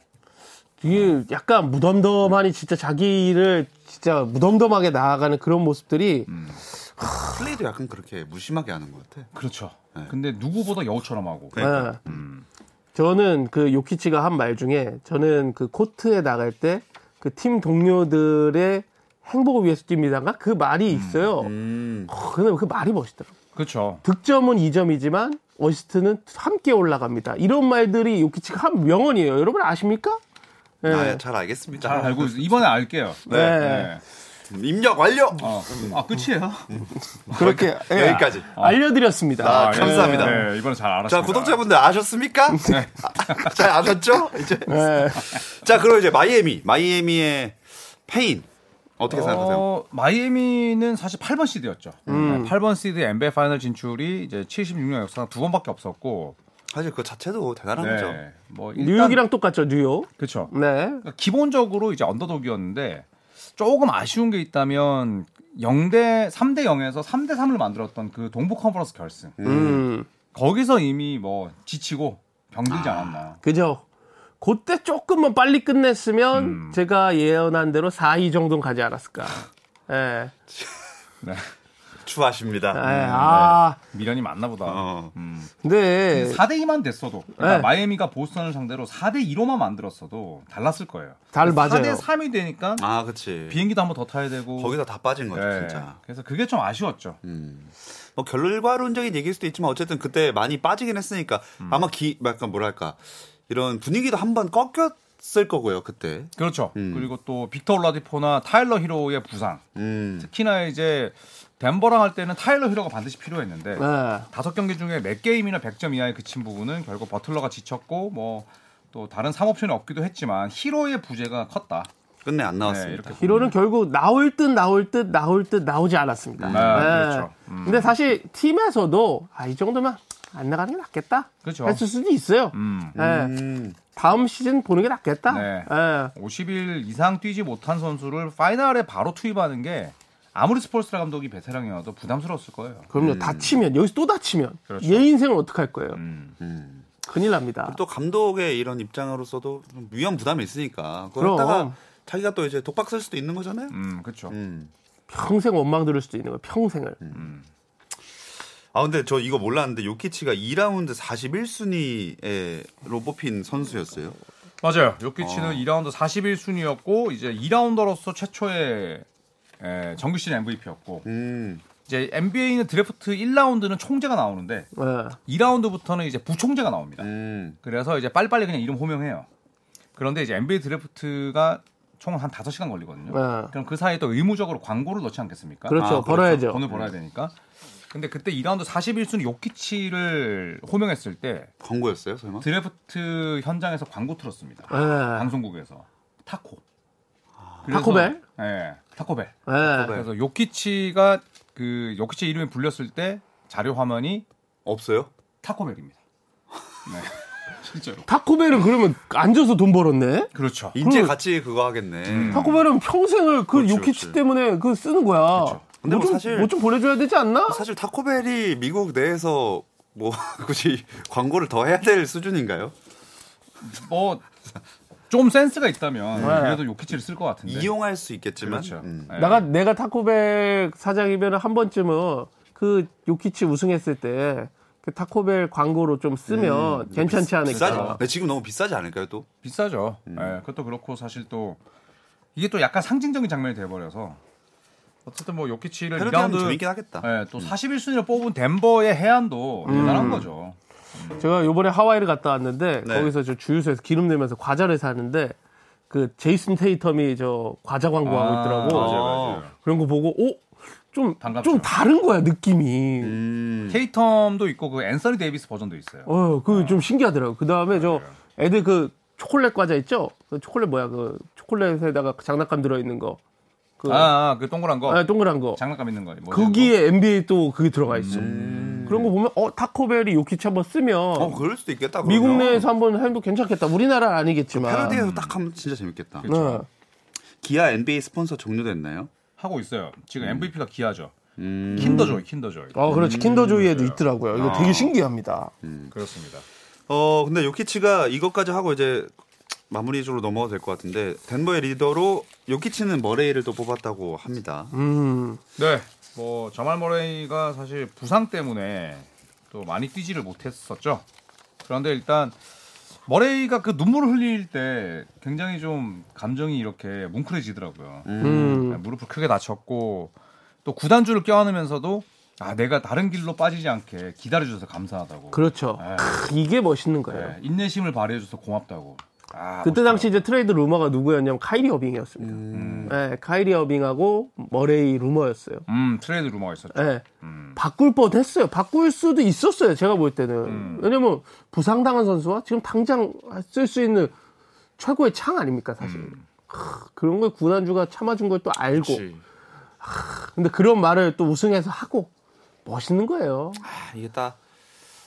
이게 약간 무덤덤하니 진짜 자기를 진짜 무덤덤하게 나아가는 그런 모습들이 음. 플레이도 약간 그렇게 무심하게 하는 것 같아. 그렇죠. 네. 근데 누구보다 여우처럼 하고. 예. 그러니까. 음. 저는 그 요키치가 한 말 중에 저는 그 코트에 나갈 때 그 팀 동료들의 행복을 위해서 뜁니다가 그 말이 있어요. 음. 어, 근데 그 말이 멋있더라고. 그렇죠. 득점은 2점이지만 어시스트는 함께 올라갑니다. 이런 말들이 요키치가 한 명언이에요. 여러분 아십니까? 예. 아, 잘 알겠습니다. 음, 잘 알고 있어요. 이번에 알게요. 네. 네. 입력 완료. 어. 아 끝이에요? 그렇게 예, 여기까지. 알려드렸습니다. 아, 감사합니다. 네, 네, 이번에 잘 네. 알았습니다. 자 구독자분들 *laughs* 아셨습니까? 아, 잘 아셨죠? 이제 네. 예. 자 그럼 이제 마이애미 마이애미의 페인 어떻게 생각하세요? 음. 어, 마이애미는 사실 8번 시드였죠. 네, 8번 시드 NBA 파이널 진출이 이제 76년 역사상 두 번밖에 없었고, 사실 그 자체도 대단한 거죠. 네, 뭐 일단- 뉴욕이랑 똑같죠, 뉴욕. 그쵸. 네. 그러니까 기본적으로 이제 언더독이었는데 조금 아쉬운 게 있다면 0대 3대 0에서 3대 3을 만들었던 그 동부 컨퍼런스 결승 음. 거기서 이미 뭐 지치고 병들지 않았나. 그죠? 그때 조금만 빨리 끝냈으면 제가 예언한 대로 4위 정도는 가지 않았을까. 예. 네. 추하십니다. 예, 아. 미련이 많나 보다. 어. 근데 4대 2만 됐어도 그러니까 네. 마이애미가 보스턴을 상대로 4대 1로만 만들었어도 달랐을 거예요. 달 맞아요. 4대 3이 되니까 아 그치. 비행기도 한 번 더 타야 되고 거기서 다 빠진 거죠 네. 진짜. 그래서 그게 좀 아쉬웠죠. 뭐 결과론적인 얘기일 수도 있지만 어쨌든 그때 많이 빠지긴 했으니까 음. 아마 기 약간 뭐랄까 이런 분위기도 한번 꺾였을 거고요 그때. 그렇죠. 음. 그리고 또 빅터 올라디포나 타일러 히로의 부상. 음. 특히나 이제 덴버랑 할 때는 타일러 히로가 반드시 필요했는데 예. 다섯 경기 중에 몇 게임이나 100점 이하에 그친 부분은 결국 버틀러가 지쳤고 뭐 또 다른 3옵션이 없기도 했지만 히로의 부재가 컸다. 끝내 안 네, 나왔습니다. 이렇게 히로는 결국 나올 듯 나올 듯 나올 듯 나오지 않았습니다. 아, 예. 그렇죠. 음. 근데 사실 팀에서도 아, 이 정도면 안 나가는 게 낫겠다. 그렇죠. 했을 수도 있어요. 음. 예. 음. 다음 시즌 보는 게 낫겠다. 네. 예. 50일 이상 뛰지 못한 선수를 파이널에 바로 투입하는 게 아무리 스포츠라 감독이 베테랑이어도 부담스러웠을 거예요. 그럼요. 다치면 여기서 또 다치면 음. 그렇죠. 얘 인생을 어떻게 할 거예요? 음. 큰일 납니다. 또 감독의 이런 입장으로서도 좀 위험 부담이 있으니까 그럼. 그러다가 자기가 또 이제 독박 쓸 수도 있는 거잖아요. 음, 그렇죠. 음. 평생 원망 들을 수도 있는 거예요. 평생을. 아 근데 저 이거 몰랐는데 요키치가 2라운드 41순위에로 뽑힌 선수였어요. 맞아요. 요키치는 2라운드 41순위였고 이제 2라운더로서 최초의 에, 정규 시즌 MVP였고 음. 이제 NBA는 드래프트 1라운드는 총재가 나오는데 예. 2라운드부터는 이제 부총재가 나옵니다. 음. 그래서 이제 빨리빨리 그냥 이름 호명해요. 그런데 이제 NBA 드래프트가 총 한 5시간 걸리거든요. 네. 그럼 그 사이에 또 의무적으로 광고를 넣지 않겠습니까? 그렇죠. 아, 벌어야죠. 돈을 벌어야 되니까. 근데 그때 2라운드 41순 요키치를 호명했을 때 광고였어요, 설마? 드래프트 현장에서 광고 틀었습니다. 예. 방송국에서 타코. 타코벨? 예, 타코벨. 예. 그래서 요키치가 그 요키치 이름이 불렸을 때 자료 화면이 없어요? 타코벨입니다. 네. 실제로. 타코벨은 그러면 앉아서 돈 벌었네? 그렇죠. 인제 그럼- 같이 그거 하겠네. 타코벨은 평생을 그 음. 그렇지, 요키치 그렇지. 때문에 그 쓰는 거야. 근데 뭐 뭐 좀, 사실- 뭐 좀 보내줘야 되지 않나? 사실 타코벨이 미국 내에서 뭐 *laughs* 굳이 광고를 더 해야 될 수준인가요? 뭐 좀 센스가 있다면 네. 그래도 요키치를 쓸 것 네. 같은데. 이용할 수 있겠지만. 그렇죠. 음. 네. 내가, 내가 타코벨 사장이면 한 번쯤은 그 요키치 우승했을 때 그 타코벨 광고로 좀 쓰면 괜찮지 음, 비싸지. 않을까. 근데 지금 너무 비싸지 않을까요, 또? 비싸죠. 음. 예, 그것도 그렇고 사실 또 이게 또 약간 상징적인 장면이 돼버려서 어쨌든 뭐 요키치를 패러디하면 2라운드 재밌긴 하겠다. 음. 예, 또 41순위로 뽑은 덴버의 해안도 대단한 거죠. 제가 요번에 하와이를 갔다 왔는데 네. 거기서 저 주유소에서 기름 내면서 과자를 사는데 그 제이슨 테이텀이 저 과자 광고하고 아, 있더라고. 맞아요, 맞아요. 그런 거 보고 오 좀, 반갑죠. 좀 다른 거야, 느낌이. 음. 케이텀도 있고 그 앤서니 데이비스 버전도 있어요. 어, 그 좀 신기하더라고. 그 다음에 저 애들 그 초콜릿 과자 있죠? 그 초콜릿 뭐야? 그 초콜릿에다가 장난감 들어있는 거. 그 아, 아, 그 동그란 거. 아, 동그란 거. 장난감 있는 거. 뭐 거기에 NBA 또 그게 들어가 있어. 그런 거 보면 어 타코벨이 요키치 한번 쓰면 어, 그럴 수도 있겠다. 미국 그러면. 내에서 한번 해도 괜찮겠다. 우리나라 는 아니겠지만. 패러디에서 딱 하면 진짜 재밌겠다. 네. 그 기아 NBA 스폰서 종료됐나요? 하고 있어요. 음. 지금 MVP가 기아죠. 킨더조이, 킨더조이. 어, 그렇지. 킨더조이에도 있더라고요. 이거 되게 신기합니다. 음, 그렇습니다. 어, 근데 요키치가 이것까지 하고 이제 마무리적으로 넘어가도 될 것 같은데 덴버의 리더로 요키치는 머레이를 또 뽑았다고 합니다. 음, 네, 뭐 저말 머레이가 사실 부상 때문에 또 많이 뛰지를 못했었죠. 그런데 일단 머레이가 그 눈물을 흘릴 때 굉장히 좀 감정이 이렇게 뭉클해지더라고요. 네, 음. 무릎을 크게 다쳤고 또 구단주를 껴안으면서도 아 내가 다른 길로 빠지지 않게 기다려줘서 감사하다고. 그렇죠. 네. 크, 이게 멋있는 거예요. 네, 인내심을 발휘해줘서 고맙다고. 아, 그때 당시 이제 트레이드 루머가 누구였냐면 카이리 어빙이었습니다. 음. 예, 카이리 어빙하고 머레이 루머였어요. 음 트레이드 루머가 있었죠. 음. 예. 바꿀 뻔 했어요. 바꿀 수도 있었어요. 제가 볼 때는. 음. 왜냐면 부상당한 선수와 지금 당장 쓸 수 있는 최고의 창 아닙니까, 사실. 하, 그런 걸 구단주가 참아준 걸 또 알고. 음. 그치. 근데 그런 말을 또 우승해서 하고 멋있는 거예요. 아, 이게 딱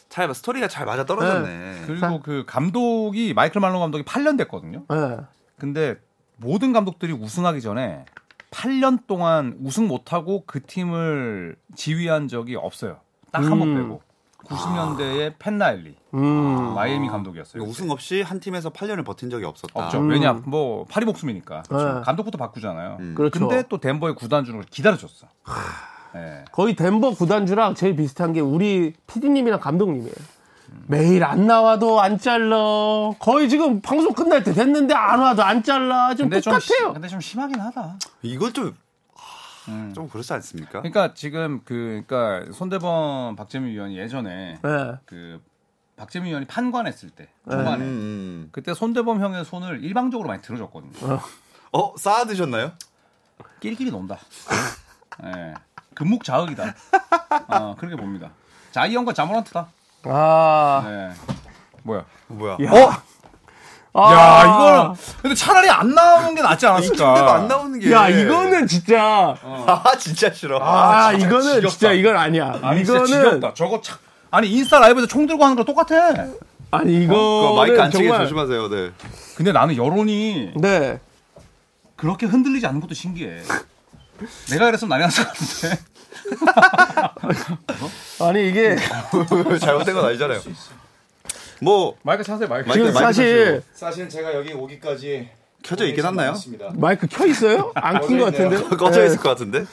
잘, 스토리가 잘 맞아 떨어졌네. 그리고 그 감독이 마이클 말론 감독이 8년 됐거든요. 예. 근데 모든 감독들이 우승하기 전에 8년 동안 우승 못하고 그 팀을 지휘한 적이 없어요. 딱 한 번 음. 빼고 90년대에 펜라일리 음. 마이애미 그러니까 감독이었어요. 우승 없이 한 팀에서 8년을 버틴 적이 없었다. 없죠. 음. 왜냐 뭐 파리 목숨이니까 그렇죠. 네. 감독부터 바꾸잖아요. 음. 그렇죠. 근데 또 덴버의 구단주를 기다려줬어. 예. 거의 덴버 구단주랑 제일 비슷한 게 우리 PD님이랑 감독님이에요. 매일 안 나와도 안 잘라. 거의 지금 방송 끝날 때 됐는데 안 와도 안 잘라. 좀 근데 좀 시- 똑같아요. 예. 근데 좀 심하긴 하다. 이건 좀, 아, 좀 그렇지 않습니까? 그러니까 지금 그 그러니까 손대범 박재민 위원이 예전에 예. 그 박재민 위원이 판관했을 때 초반에 음, 음. 그때 손대범 형의 손을 일방적으로 많이 들어줬거든요. 어, 쌓아 드셨나요? 끼리끼리 논다. 예. 금목 자극이다. 어, 그렇게 봅니다. 자, 이 형과 자모란트다. 아. 예. 뭐야? 뭐야? 야. 어? 아. 야, 이거는 근데 차라리 안 나오는 게 낫지 않았을까? 이때도 안 나오는 게. 야, 이거는 진짜. 예. 아, 진짜 싫어. 아, 진짜 이거는 지겹다. 진짜 이건 아니야. 아니, 진짜 이거는 지겹다. 저거 차... 아니 인스타 라이브에서 총 들고 하는 거랑 똑같아. 아니 어, 그거 이거 마이크 안 치게 정말 조심하세요. 네. 근데 나는 여론이 네. 그렇게 흔들리지 않는 것도 신기해. 내가 그랬으면 난리 났을 것 같은데. 아니 이게 잘못된 건 아니잖아요. 뭐 마이크 차세요, 마이크. 마이크- 지금 사실 사실 제가 여기 오기까지 켜져 네, 있긴 한나요? 있습니다. 마이크 켜 있어요? 안 킨 것 꺼져 있네요. 같은데. *laughs* 꺼져 있을 것 같은데.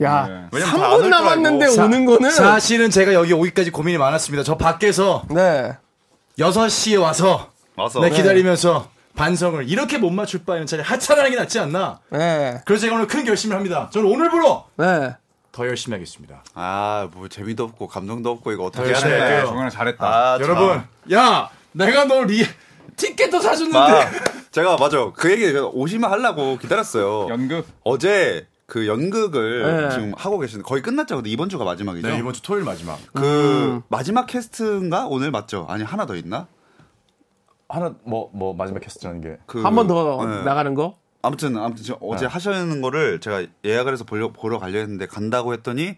야, 왜냐면 다안올 3분 줄 알고. 남았는데 사- 오는 거는 사실은 제가 여기 오기까지 고민이 많았습니다. 저 밖에서 네. 6시에 와서 와서 네, 기다리면서 반성을 이렇게 못 맞출 바에는 차라리 하차라는 게 낫지 않나. 네. 그래서 제가 오늘 큰 결심을 합니다. 저는 오늘부로 네. 더 열심히 하겠습니다. 아, 뭐 재미도 없고 감동도 없고 이거 어떻게 해야 열심히 돼? 할게요. 네, 정말 잘했다. 아, 참. 네, 여러분, 야, 내가 너 리, 티켓도 아, 사줬는데. 제가 맞아. 그 얘기 제가 오시면 하려고 기다렸어요. 연극. 어제 그 연극을 네. 지금 하고 계시는데 거의 끝났죠. 근데 이번 주가 마지막이죠. 네, 이번 주 토요일 마지막. 그 마지막 캐스트인가 오늘 맞죠? 아니 하나 더 있나? 하나, 뭐, 뭐, 마지막 캐스트라는 게. 그- 한 번 더 네. 나가는 거? 아무튼 아무튼 지금 어제 하시는 거를 제가 예약을 해서 보려, 보러 가려 했는데 간다고 했더니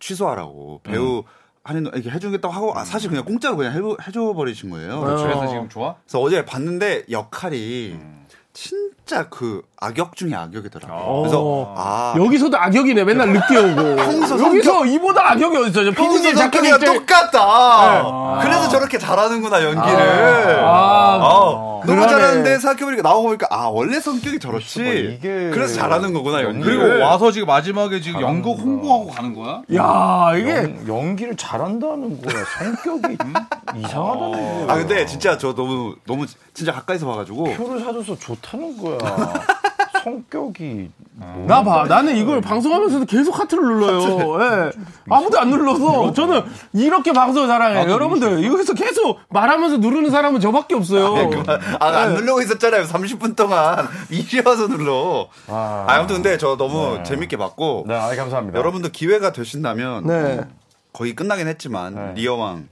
취소하라고 배우 한인 이렇게 해주겠다고 하고 아, 사실 그냥 공짜로 그냥 해, 해줘 버리신 거예요. 그렇죠. 그래서 지금 좋아? 그래서 어제 봤는데 역할이 진짜 그 악역 중에 악역이더라. 고 그래서 아 여기서도 악역이네. 맨날 늦게 오고. *laughs* 여기서 이보다 악역이 어딨어? 평소 PD님 작가님 성격이랑 입장. 네. 똑같다. 그래서 저렇게 잘하는구나 연기를. 아, 아, 너무 그러네. 잘하는데 생각해보니까 나오고 보니까 아 원래 성격이 저렇지. 그래서 잘하는 거구나 연기를. 그리고 와서 지금 마지막에 지금 연극 홍보하고 가는 거야? 야, 이게 연기를 잘한다는 거야. *laughs* 성격이 음? 이상하다는 거야. 아 근데 진짜 저 너무 너무 진짜 가까이서 봐가지고 표를 사줘서 *laughs* 좋다는 거야. 성격이 음. 뭐. 나 봐. 나는 이걸 방송하면서도 계속 하트를 눌러요. 예. 아무도 안 눌러서 저는 이렇게 방송을 사랑해요. 여러분들, 여기서 계속 말하면서 누르는 사람은 저밖에 없어요. 네. 아 안 누르고 있었잖아요 30분 동안 *laughs* 이리 와서 눌러 아, 아무튼 근데 저 너무 재밌게 봤고 네, 아이 감사합니다. 여러분들 기회가 되신다면 네. 거의 끝나긴 했지만 리어왕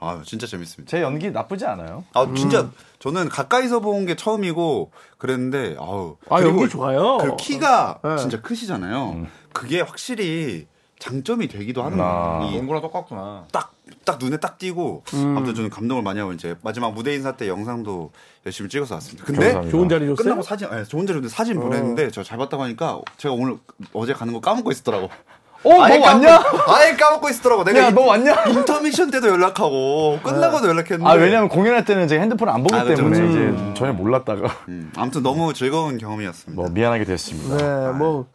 아 진짜 재밌습니다 제 연기 나쁘지 않아요. 아 진짜 음. 저는 가까이서 본 게 처음이고 그랬는데 아우 아, 그리고 연기 좋아요. 그 키가 네. 음. 진짜 크시잖아요 그게 확실히 장점이 되기도 하는 아. 거예요. 이 농구랑 똑같구나. 딱, 딱 눈에 딱 띄고 아무튼 저는 감동을 많이 하고 이제 마지막 무대 인사 때 영상도 열심히 찍어서 왔습니다. 근데 감사합니다. 좋은 자리 줬어요? 끝나고 사진, 예, 좋은 자리 어. 사진 보냈는데 저 잘 봤다고 하니까 제가 오늘 어제 가는 거 까먹고 있었더라고. 어, 뭐 아예 너 까먹- 왔냐? *laughs* 아예 까먹고 있었더라고. 내가 야, 너 왔냐? 인터미션 때도 연락하고 끝나고도 연락했는데. 아, 왜냐면 공연할 때는 제가 핸드폰을 안 보기 아, 그렇죠, 음. 때문에 음. 그렇죠. 이제 전혀 몰랐다가 음, 아무튼 너무 즐거운 경험이었습니다. 뭐 미안하게 됐습니다. 네, 뭐.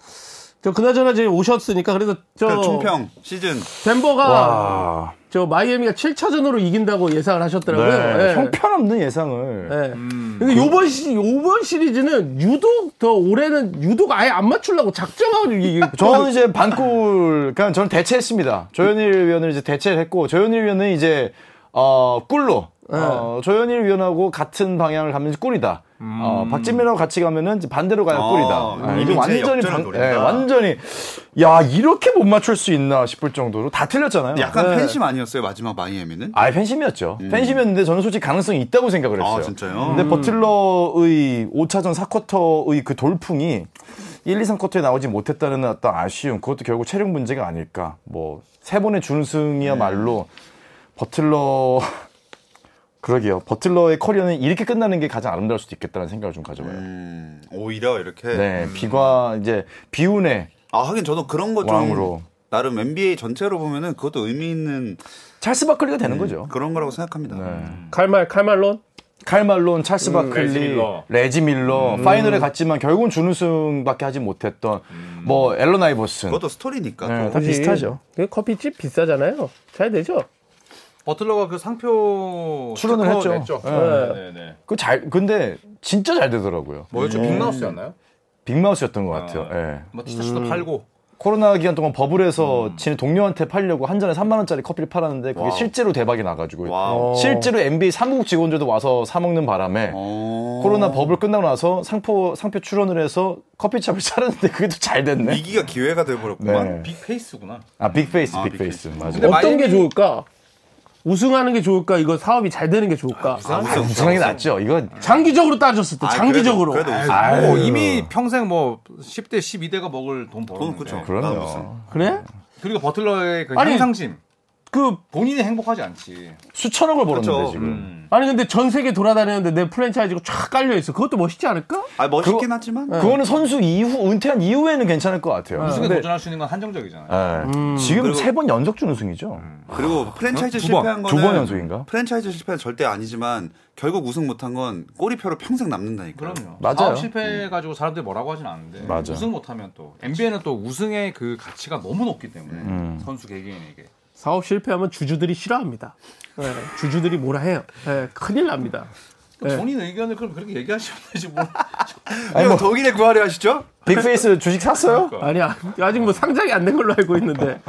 저 그나저나 이제 오셨으니까 그래서 그 저 총평 시즌 덴버가 아. 와. 저 마이애미가 7차전으로 이긴다고 예상을 하셨더라고요. 네. 예. 형편없는 예상을. 예. 근데 요번 시 요번 시리즈는 유독 더 올해는 유독 아예 안 맞추려고 작정하고 이게 저는 이제 반골, 그러니까 저는 대체했습니다. 조현일 위원을 이제 대체를 했고, 조현일 위원은 이제 어, 꿀로 네. 어, 조현일 위원하고 같은 방향을 가면 이제 꿀이다. 어, 박진민하고 같이 가면은 이제 반대로 가야 음. 아, 꿀이다. 이게 이거 제 완전히 역전을 방, 노린다. 예, 완전히 야 이렇게 못 맞출 수 있나 싶을 정도로 다 틀렸잖아요. 약간 예. 팬심 아니었어요 마지막 마이애미는? 아예 팬심이었죠. 팬심이었는데 저는 솔직히 가능성이 있다고 생각을 했어요. 아, 진짜요? 근데 음. 뭐 버틀러의 5차전 4쿼터의 그 돌풍이 1, 2, 3쿼터에 나오지 못했다는 어떤 아쉬움, 그것도 결국 체력 문제가 아닐까. 뭐, 세 번의 준우승이야말로 네. 버틀러, *laughs* 그러게요. 버틀러의 커리어는 이렇게 끝나는 게 가장 아름다울 수도 있겠다는 생각을 좀 가져봐요. 네. 음, 오히려 이렇게 네, 음. 비과, 이제, 비운의 아 하긴 저도 그런 거 좀 왕으로. 나름 NBA 전체로 보면은 그것도 의미 있는 찰스 바클리가 되는 네. 거죠. 그런 거라고 생각합니다. 네. 칼말 칼말론 칼말론, 찰스 바클리, 음, 레지 밀러. 음. 레지 밀러, 파이널에 갔지만 결국은 준우승밖에 하지 못했던 음. 뭐 앨런 아이버슨. 그것도 스토리니까. 네, 또. 다 비슷하죠. 그 커피집 비싸잖아요. 잘 되죠. 버틀러가 그 상표 출연을 스티커 했죠. 냈죠. 예. 네네. 그 잘 근데 진짜 잘 되더라고요. 뭐였죠? 빅마우스였나요? 빅마우스였던 것 같아요. 아. 예. 뭐 티셔츠도 팔고 코로나 기간 동안 버블에서 음. 지는 동료한테 팔려고 한 잔에 3만 원짜리 커피를 팔았는데 그게 실제로 대박이 나가지고 와우. 실제로 NBA 사무국 직원들도 와서 사 먹는 바람에 어. 코로나 버블 끝나고 나서 상포 상표 출원을 해서 커피숍을 *laughs* 차렸는데 그게 또 잘 됐네. 위기가 기회가 돼버렸구만. 네. 빅페이스구나. 아 빅페이스, 아, 빅페이스, 맞아. 근데 어떤 마이애미- 게 좋을까? 우승하는 게 좋을까? 이거 사업이 잘 되는 게 좋을까? 아, 우승하는 게 낫죠. 음. 이건 장기적으로 따졌을 때 아, 장기적으로 그래도, 그래도 우승. 뭐 이미 평생 뭐 10대 12대가 먹을 돈 돈 버는 그쵸. 거죠. 그럼요. 나 무슨. 그래? 그리고 버틀러의 그 아니, 향상심. 그 본인이 행복하지 않지. 수천억을 벌었는데 그렇죠. 지금. 아니 근데 전 세계 돌아다니는데 내 프랜차이즈가 쫙 깔려 있어. 그것도 멋있지 않을까? 아 멋있긴 그거- 네. 하지만 그거는 선수 이후 은퇴한 이후에는 괜찮을 것 같아요. 우승에 근데- 도전할 수 있는 건 한정적이잖아요. 예. 지금 그리고- 음. 세 번 연속 준우승이죠. 그리고 프랜차이즈 두 번, 실패한 거는 두 번 연속인가? 프랜차이즈 실패는 절대 아니지만 결국 우승 못한 건 꼬리표로 평생 남는다니까요. 그럼요. 맞아요. 사업 실패해가지고 사람들이 뭐라고 하진 않는데 맞아. 우승 못하면 또 NBA는 또 우승의 그 가치가 너무 높기 때문에 음. 선수 개개인에게 사업 실패하면 주주들이 싫어합니다. 예, 주주들이 뭐라 해요? 예, 큰일 납니다. 네. 본인 의견을 그럼 그렇게 얘기하시면 되지 *laughs* 뭐 아니, 뭐 독일에 구하려 하시죠? 빅페이스 주식 샀어요? 아니야 아직 뭐 상장이 안 된 걸로 알고 있는데.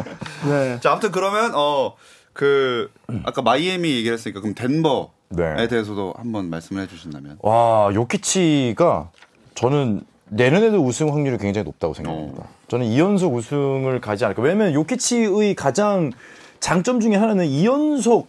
네. 자, 아무튼 그러면 어 그 아까 마이애미 얘기를 했으니까 그럼 덴버에 네. 어. 대해서도 한번 말씀을 해주신다면. 와 요키치가 저는 내년에도 우승 확률이 굉장히 높다고 생각합니다. 저는 2연속 우승을 가지 않을까. 왜냐면 요키치의 가장 장점 중에 하나는 2연속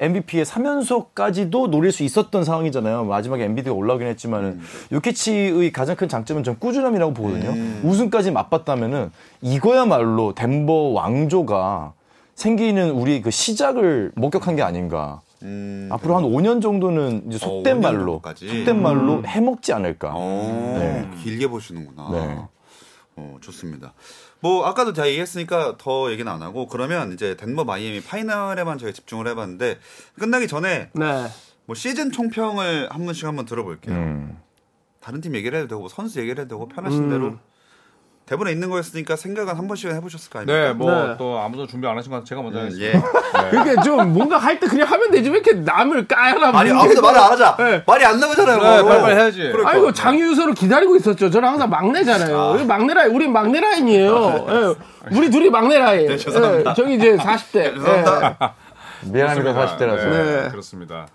MVP의 3연속까지도 노릴 수 있었던 상황이잖아요. 마지막에 MVP가 올라오긴 했지만 은 요키치의 가장 큰 장점은 전 꾸준함이라고 보거든요. 우승까지 맛봤다면은 이거야말로 덴버 왕조가 생기는 우리 그 시작을 목격한 게 아닌가. 음. 네. 앞으로 한 5년 정도는 이제 속된 어, 5년 말로 정도까지. 속된 말로 해먹지 않을까. 어, 네. 길게 보시는구나. 네. 어, 좋습니다. 뭐 아까도 제가 얘기했으니까 더 얘기는 안 하고 그러면 이제 덴버 마이애미 파이널에만 저희 집중을 해봤는데 끝나기 전에 네. 뭐 시즌 총평을 한 분씩 한번 들어볼게요. 음. 다른 팀 얘기를 해도 되고 뭐 선수 얘기를 해도 되고 편하신 대로 대본에 있는 거였으니까 생각은 한 번씩은 해보셨을 거 아닙니까? 네 뭐 네. 또 아무도 준비 안 하신 것 같아서 제가 먼저 음, 하겠습니다 예. 그게 좀 뭔가 할 때 그냥 하면 되지 왜 이렇게 남을 까야라. 아니 뭉개고. 아무도 말을 안 하자. 네. 말이 안 나오잖아요. 네, 바로. 빨리빨리 해야지. 그러니까. 아이고 장유서를 기다리고 있었죠. 저는 항상 막내잖아요. 우리 막내 라인, 우리 막내 라인이에요. 아, 예. 우리 둘이 막내 라인. 네, 예, 저기 이제 40대. 미안합니다, 사실 대라서. 네, 네. 그렇습니다.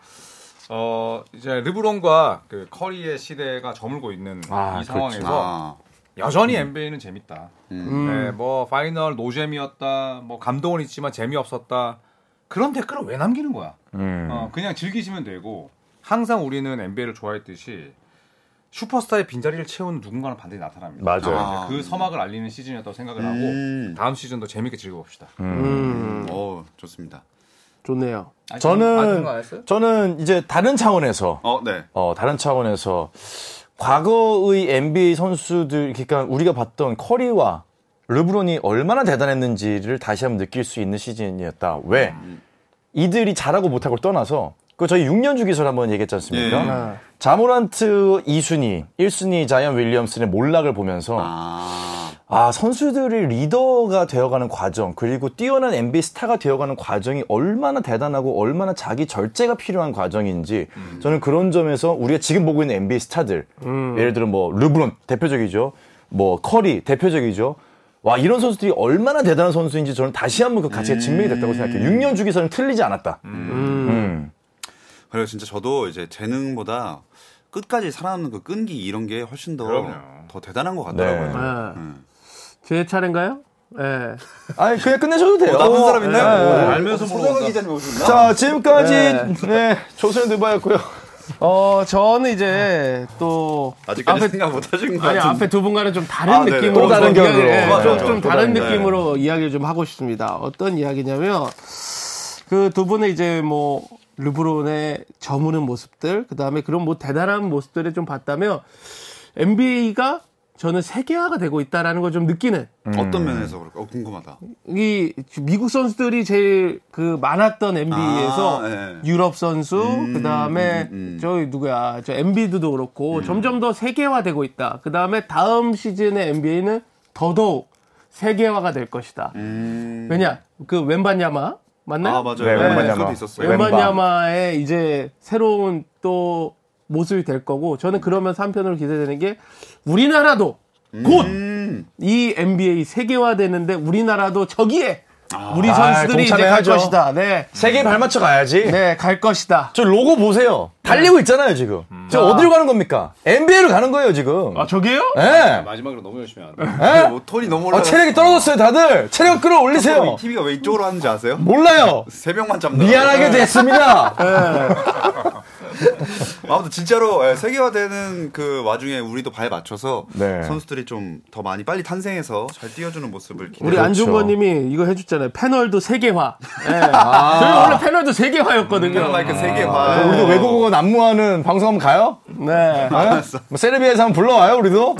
어 이제 르브론과 그 커리의 시대가 저물고 있는 아, 음. 이 상황에서 아, 여전히 NBA는 재밌다. 네, 뭐 파이널 노잼이었다. 뭐 감동은 있지만 재미없었다. 그런 댓글을 왜 남기는 거야? 음. 어, 그냥 즐기시면 되고 항상 우리는 NBA를 좋아했듯이 슈퍼스타의 빈자리를 채운 누군가는 반드시 나타납니다. 맞아요. 아. 그 서막을 알리는 시즌이었다고 생각을 음. 하고 다음 시즌도 재밌게 즐겨봅시다. 뭐. 음, 어, 좋습니다. 좋네요. 아직- 아직 그런 저는 거안 했어요? 저는 이제 다른 차원에서 어, 네. 어 다른 차원에서 과거의 NBA 선수들 그러니까 우리가 봤던 커리와 르브론이 얼마나 대단했는지를 다시 한번 느낄 수 있는 시즌이었다. 왜? 음. 이들이 잘하고 못하고를 떠나서 그 저희 6년 주기설 한번 얘기했지 않습니까? 예. 아. 자모란트 2순위, 1순위 자이언 윌리엄슨의 몰락을 보면서 아, 아, 선수들이 리더가 되어가는 과정, 그리고 뛰어난 NBA 스타가 되어가는 과정이 얼마나 대단하고 얼마나 자기 절제가 필요한 과정인지, 저는 그런 점에서 우리가 지금 보고 있는 NBA 스타들, 예를 들어 뭐, 르브론, 대표적이죠. 뭐, 커리, 대표적이죠. 와, 이런 선수들이 얼마나 대단한 선수인지 저는 다시 한번 그 가치가 증명이 됐다고 생각해요. 6년 주기선은 틀리지 않았다. 음. 그리고 진짜 저도 이제 재능보다 끝까지 살아남는 그 끈기 이런 게 훨씬 더 그럼요. 더 대단한 것 같더라고요. 네. 예. 음. 제 차례인가요? 예. 아니 그냥 끝내셔도 돼요. 나쁜 사람 있나요? 네. 오, 알면서 소정의 기자님 오셨나? 자 지금까지 네. 네, 조선의 누바였고요. 어, 저는 이제 또 아직까지 생각 못 하신 것 아니 같은데. 앞에 두 분과는 좀 다른 아, 네네. 느낌으로 또 다른 좀 이야기를- 격으로. 예, 맞아, 좀, 맞아. 좀 또 다른, 다른 네. 느낌으로 이야기를 좀 하고 싶습니다. 어떤 이야기냐면 그 두 분의 이제 뭐 르브론의 저무는 모습들, 그 다음에 그런 뭐 대단한 모습들을 좀 봤다면 NBA가 저는 세계화가 되고 있다라는 걸 좀 느끼는 음. 어떤 면에서 그럴까? 어, 궁금하다. 이 미국 선수들이 제일 그 많았던 NBA에서 아, 예. 유럽 선수 그다음에 음, 음. 저 누구야 저 엔비드도 그렇고 점점 더 세계화되고 있다. 그다음에 다음 시즌의 NBA는 더더욱 세계화가 될 것이다. 음. 왜냐 그 웬반야마 맞나요? 아 맞아요. 네, 웬만하면. 그것도 있었어요. 웬만- 웬반야마의 이제 새로운 또 모습이 될 거고 저는 그러면 서 한편으로 기대되는 게 우리나라도 곧 음. 이 NBA 세계화되는데 우리나라도 저기에 우리 아, 선수들이 이제 갈 동참해야죠. 것이다. 네. 세계 발맞춰 가야지. 네, 갈 것이다. 저 로고 보세요. 달리고 있잖아요 지금. 저 어디로 가는 겁니까? NBA로 가는 거예요 지금. 아, 저기요? 예. 마지막으로 너무 열심히 하네. 예? 뭐 톤이 너무 아, 올라. 체력이 떨어졌어요 다들. 체력 이 끌어올리세요. TV가 왜 이쪽으로 하는지 아세요? 몰라요. 세 명만 잡는. 미안하게 됐습니다. 아무튼 진짜로 예, 세계화되는 그 와중에 우리도 발 맞춰서 네. 선수들이 좀 더 많이 빨리 탄생해서 잘 뛰어주는 모습을 기대. 우리 그렇죠. 안중권님이 이거 해줬잖아요. 패널도 세계화. *laughs* 예. 아. 저희 원래 패널도 세계화였거든요. 마이크 세계화. 우리도 외국어 난무하는 방송 한번 가요? 네. 예? 뭐 세르비아에서 한번 불러와요 우리도?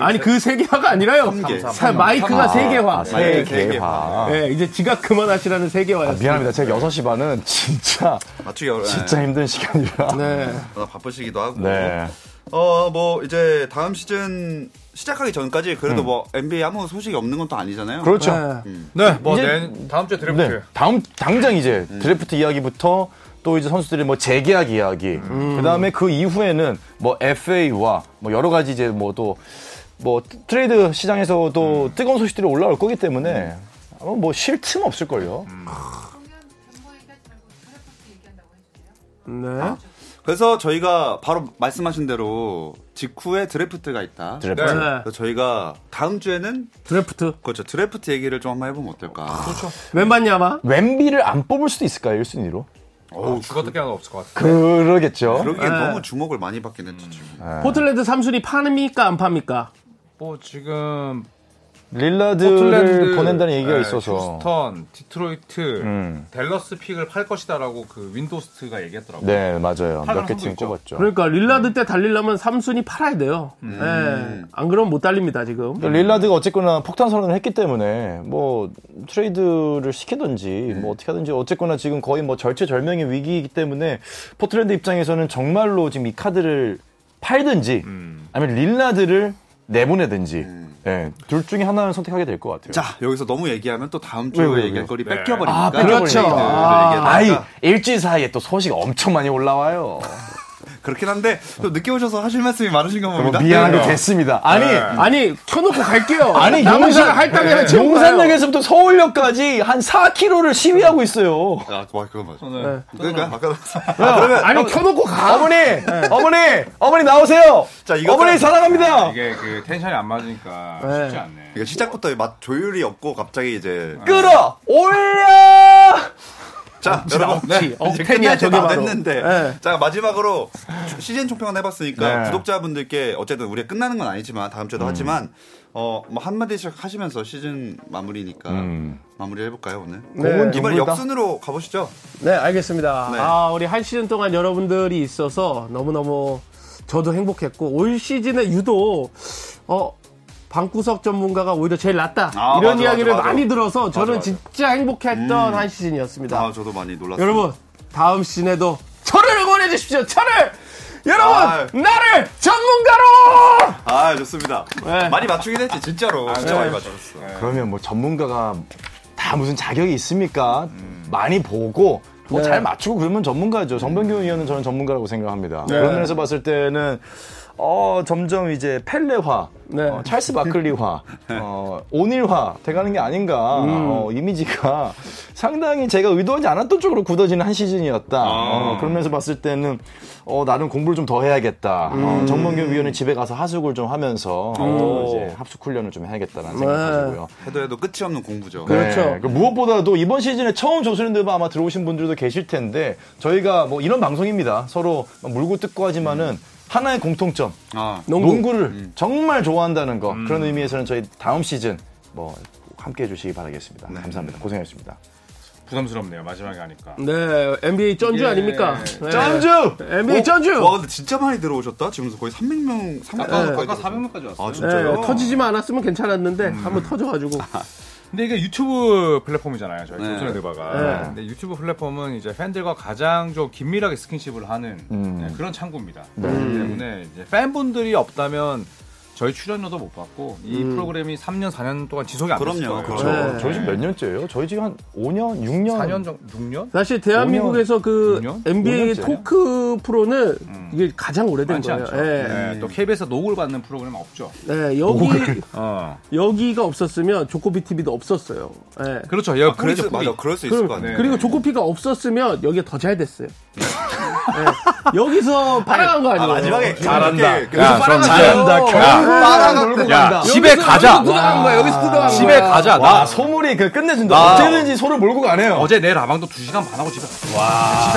아니 그 세계화가 아니라요. 삼계. 사- 마이크가 세계화. 아, 세계 세계화. 개화. 아, 예, 이제 지각 그만하시라는 세계화였어요. 미안합니다. 제가 6시 반은 진짜 맞추기 어려. 진짜 힘든 시간이라. 네. 워낙 바쁘시기도 하고. 네. 어 뭐 이제 다음 시즌 시작하기 전까지 그래도 뭐 NBA 아무 소식이 없는 건 또 아니잖아요. 음. 그렇죠. 네. 네, 뭐내 이제- 다음 주에 드래프트. 네. 다음 당장 이제 드래프트 이야기부터 또 이제 선수들의 뭐 재계약 이야기. 그다음에 그 이후에는 뭐 FA와 뭐 여러 가지 이제 뭐 또 뭐 트레이드 음. 시장에서도 뜨거운 소식들이 올라올 거기 때문에 아마 뭐쉴 틈 없을걸요. 음. 공연 정보 얘기하지 말고 드래프트 얘기한다고 해주세요. 네. 음. 그래서 저희가 바로 말씀하신 대로 직후에 드래프트가 있다. 드래프트. 네. 네. 그래서 저희가 다음 주에는 드래프트. 그렇죠 드래프트 얘기를 좀 한번 해보면 어떨까. 그렇죠. 웬반야마? 네. 웬비를 안 뽑을 수도 있을까요? 1순위로? 어, 죽었다 깨어나 없을 것 같아. 그러겠죠. 그러기에 너무 주목을 많이 받긴 했죠 지금. 네. 포틀랜드 삼순이 팝니까 안 팝니까? 뭐 지금 릴라드를 포틀랜드 보낸다는 얘기가 네, 있어서. 휴스턴, 디트로이트, 음. 댈러스 픽을 팔 것이다라고 그 윈도스트가 얘기했더라고요. 네, 맞아요. 팔강 몇 개 선수 팀 있죠. 꼽았죠. 그러니까 릴라드 때 달리려면 삼순이 팔아야 돼요. 음. 예. 안 그러면 못 달립니다 지금. 또 릴라드가 어쨌거나 폭탄 선언을 했기 때문에 뭐 트레이드를 시키든지 뭐 어떻게 하든지 어쨌거나 지금 거의 뭐 절체절명의 위기이기 때문에 포틀랜드 입장에서는 정말로 지금 이 카드를 팔든지 아니면 릴라드를 내보내든지 예, 둘 중에 하나는 선택하게 될 것 같아요. 자 여기서 너무 얘기하면 또 다음 왜, 왜, 주에 왜? 얘기할 거리 네. 뺏겨버리니까. 아, 그렇죠. 아, 아이 일주일 사이에 또 소식 엄청 많이 올라와요. 그렇긴 한데 좀 늦게 오셔서 하실 말씀이 많으신가 봅니다. 어, 네. 미안하게 됐습니다. 아니 아니 쳐놓고 갈게요. *laughs* 아니 남은 시간 용산 네. 할당해라 채우고 가요. 용산역에서부터 서울역까지 한 4km를 시위하고 있어요. 아, 와, 그건 맞아. 네. 그러니까 아까 *laughs* 아, 그러면 아니 켜놓고 가. 어머니, 어머니, 어머니 나오세요. 자, 이거 어머니 사랑합니다. 이게 그 텐션이 안 맞으니까 네. 쉽지 않네. 이게 시작부터 맛 조율이 없고 갑자기 이제 아. 끌어 올려. 자 여러분 네. 억지, 이제 억텐이야, 끝날 저게 때다 바로. 됐는데 네. 자 마지막으로 주- 시즌 총평은 해봤으니까 네. 구독자분들께 어쨌든 우리가 끝나는 건 아니지만 다음 주에도 하지만 어 뭐 한마디씩 하시면서 시즌 마무리니까 음. 마무리 해볼까요 오늘 네, 공은 이번 누구다? 역순으로 가보시죠 네 알겠습니다. 네. 아 우리 한 시즌 동안 여러분들이 있어서 너무 너무 저도 행복했고 올 시즌에 유독 어 방구석 전문가가 오히려 제일 낫다 아, 이런 맞아, 이야기를 맞아, 맞아. 많이 들어서 저는 맞아. 음. 진짜 행복했던 한 시즌이었습니다. 아 저도 많이 놀랐어요 여러분 다음 시즌에도 저를 응원해 주십시오. 저를 여러분 아유. 나를 전문가로 아 좋습니다 네. 많이 맞추긴 했지 진짜로 진짜 많이 맞췄어 그러면 뭐 전문가가 다 무슨 자격이 있습니까? 많이 보고 뭐 잘 맞추고 그러면 전문가죠. 정병규 의원은 저는 전문가라고 생각합니다. 그런 면에서 봤을 때는 어, 점점 이제 펠레화, 네. 어, 찰스 바클리화, 어, 오닐화 돼가는 게 아닌가. 어, 이미지가 상당히 제가 의도하지 않았던 쪽으로 굳어지는 한 시즌이었다. 어, 그러면서 봤을 때는 어, 나름 공부를 좀 더 해야겠다. 어, 정몽균 위원이 집에 가서 하숙을 좀 하면서 어, 이제 합숙 훈련을 좀 해야겠다라는 네. 생각이 가지고요. 해도 해도 끝이 없는 공부죠. 네. 그렇죠. 그 무엇보다도 이번 시즌에 처음 조수린드바 아마 들어오신 분들도 계실 텐데 저희가 뭐 이런 방송입니다. 서로 물고 뜯고 하지만은 하나의 공통점 아, 농구. 농구. 를 음. 정말 좋아한다는 거 그런 의미에서는 저희 다음 시즌 뭐 함께해 주시기 바라겠습니다. 네. 감사합니다. 고생하셨습니다. 부담스럽네요. 마지막에 하니까. 네, NBA 쩐주 예. 뭐, 아닙니까? 네. 짠주! 네, NBA 쩐주! 와 근데 진짜 많이 들어오셨다. 지금 거의 300명, 300명 아까 400명까지 왔어요. 아 네, 진짜요? 터지지만 않았으면 괜찮았는데 음. 한번 터져가지고 아, 근데 이게 유튜브 플랫폼이잖아요. 저희 네. 조선의 드바가. 근데 유튜브 플랫폼은 이제 팬들과 가장 좀 긴밀하게 스킨십을 하는 네, 그런 창구입니다. 그렇기 때문에 이제 팬분들이 없다면 저희 출연료도 못 받고 이 프로그램이 3년 4년 동안 지속이 안 됐을 음. 그럼요, 거예요. 그렇죠. 네. 어, 저희 지금 몇 년째예요? 저희 지금 한 5년, 6년, 4년 정도 6년? 사실 대한민국에서 그 5년? 음. NBA 5년째예요? 토크 프로는 이게 가장 오래된 많지 거예요. 않죠. 예. 네, 또 KBS에서 녹을 받는 프로그램 없죠. 네, 여기 어. 여기가 없었으면 조코비 TV도 없었어요. 예. 그렇죠. 여, 아, 그럴 수, 뿌리. 맞아, 그럴 수 있을 그럼, 것 같아요. 음, 그리고 조코피가 없었으면 여기에 더 잘 됐어요. 예. 여기서 팔아간 거 아니에요? 아, 마지막에 잘한다. 이렇게- 야, 좀 잘한다. 결국 야, 놀고 야, 집에 가자. 여기서 집에 가자. 나 아, 소문이 그 끝내준다. 아. 어떻게든지 소를 몰고 가네요. 어제 내 라방도 2시간 반하고 집에 갔어. 집에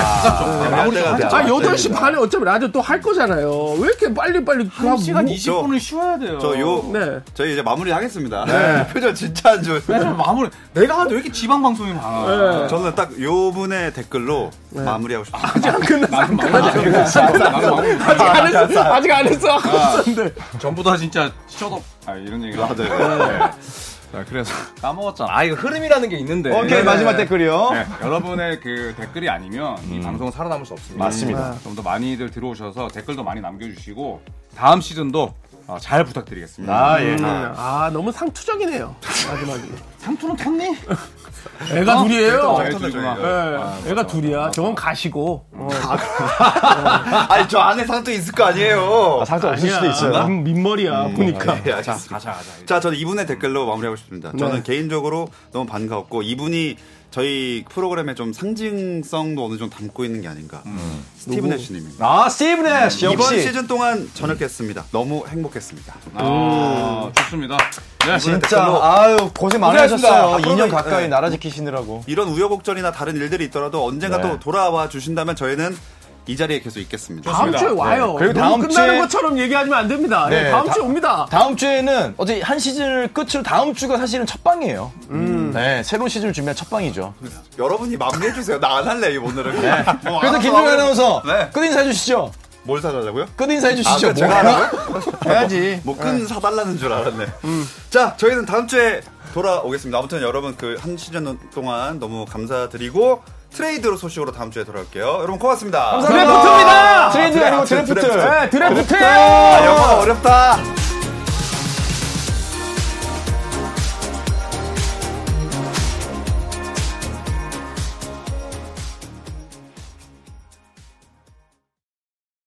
가자 좀. 마무리 좀 하자. 아, 8시 반에 어차피 라디오 또 할 거잖아요. 왜 이렇게 빨리빨리. 그 1시간 뭐- 20분을 쉬어야 돼요. 저요 네. 저희 이제 마무리하겠습니다. 네. 표정 진짜 안 좋아요. 맨날 마무리 내가 하는데 왜 이렇게 지방 방송이 많아? 저는 딱 요 분의 댓글로 마무리하고 싶습니다. 아직 안 했어. 아직 안 했어. 하고 있었는데. 전부 다 진짜 셧업 아, 이런 얘기가 맞아요. 자, 그래서 까먹었잖아. 아, 이거 흐름이라는 게 있는데. 네. 오케이, 마지막 댓글이요. 네, 여러분의 그 댓글이 아니면 이 방송은 뭐 살아남을 수 없습니다. 맞습니다. 좀 더 많이들 들어오셔서 댓글도 많이 남겨주시고 다음 시즌도 어, 잘 부탁드리겠습니다. 아, 예. 아, 너무 상투적이네요. 마지막이. 상투는 탔니? 애가 둘이에요. 아, 애들이구나. 예, 애가 둘이야. 저건 가시고. 어, *laughs* 아니 저 안에 상도 있을 거 아니에요. 아, 상관 없을 수도 있어요. 민- 민머리야, 보니까. 예, 자, 알겠습니다. 가자, 가자. 자, 저는 이분의 댓글로 마무리하고 싶습니다. 네. 저는 개인적으로 너무 반가웠고 이분이 저희 프로그램의 좀 상징성도 어느 정도 담고 있는 게 아닌가. 스티븐 애쉬님입니다. 아, 스티븐 애쉬 이번 역시 시즌 동안 전역했습니다. 너무 행복했습니다. 아, 좋습니다. 네, 진짜 아유 고생 많이 하셨어요. 고생하셨습니다. 2년 앞으로도- 가까이 네. 나라 지키시느라고. 이런 우여곡절이나 다른 일들이 있더라도 언젠가 네. 또 돌아와 주신다면 저희는 이 자리에 계속 있겠습니다. 다음 주에 와요. 그리고 너무 다음 끝나는 주에- 것처럼 얘기하시면 안 됩니다. 예, 네, 다음 다- 주에 옵니다. 다음 주에는 어제 한 시즌을 끝으로 다음 주가 사실은 첫 방이에요. 음. 네, 새로운 시즌을 준비한 첫 방이죠. 아, 여러분이 마무리해 주세요. 나 안 할래 이 오늘은. 뭐 그래서 알아서 김종현 하고- 아나운서 네. 끝 인사해 주시죠. 뭘 사달라고요? 끝 인사해 아, 주시죠. 그 제가 하라고요? *laughs* 해야지. 네. 음. 뭐 끈 사달라는 줄 알았네. 자, 저희는 다음 주에 돌아오겠습니다. 아무튼 여러분 그 한 시즌 동안 너무 감사드리고 트레이드로 소식으로 다음 주에 돌아올게요. 여러분 고맙습니다. 네, 아, 드래프트입니다. 트레이드 아니고 드래프트, 드래프트. 드래프트. 네, 드래프트. 아, 영어 어렵다.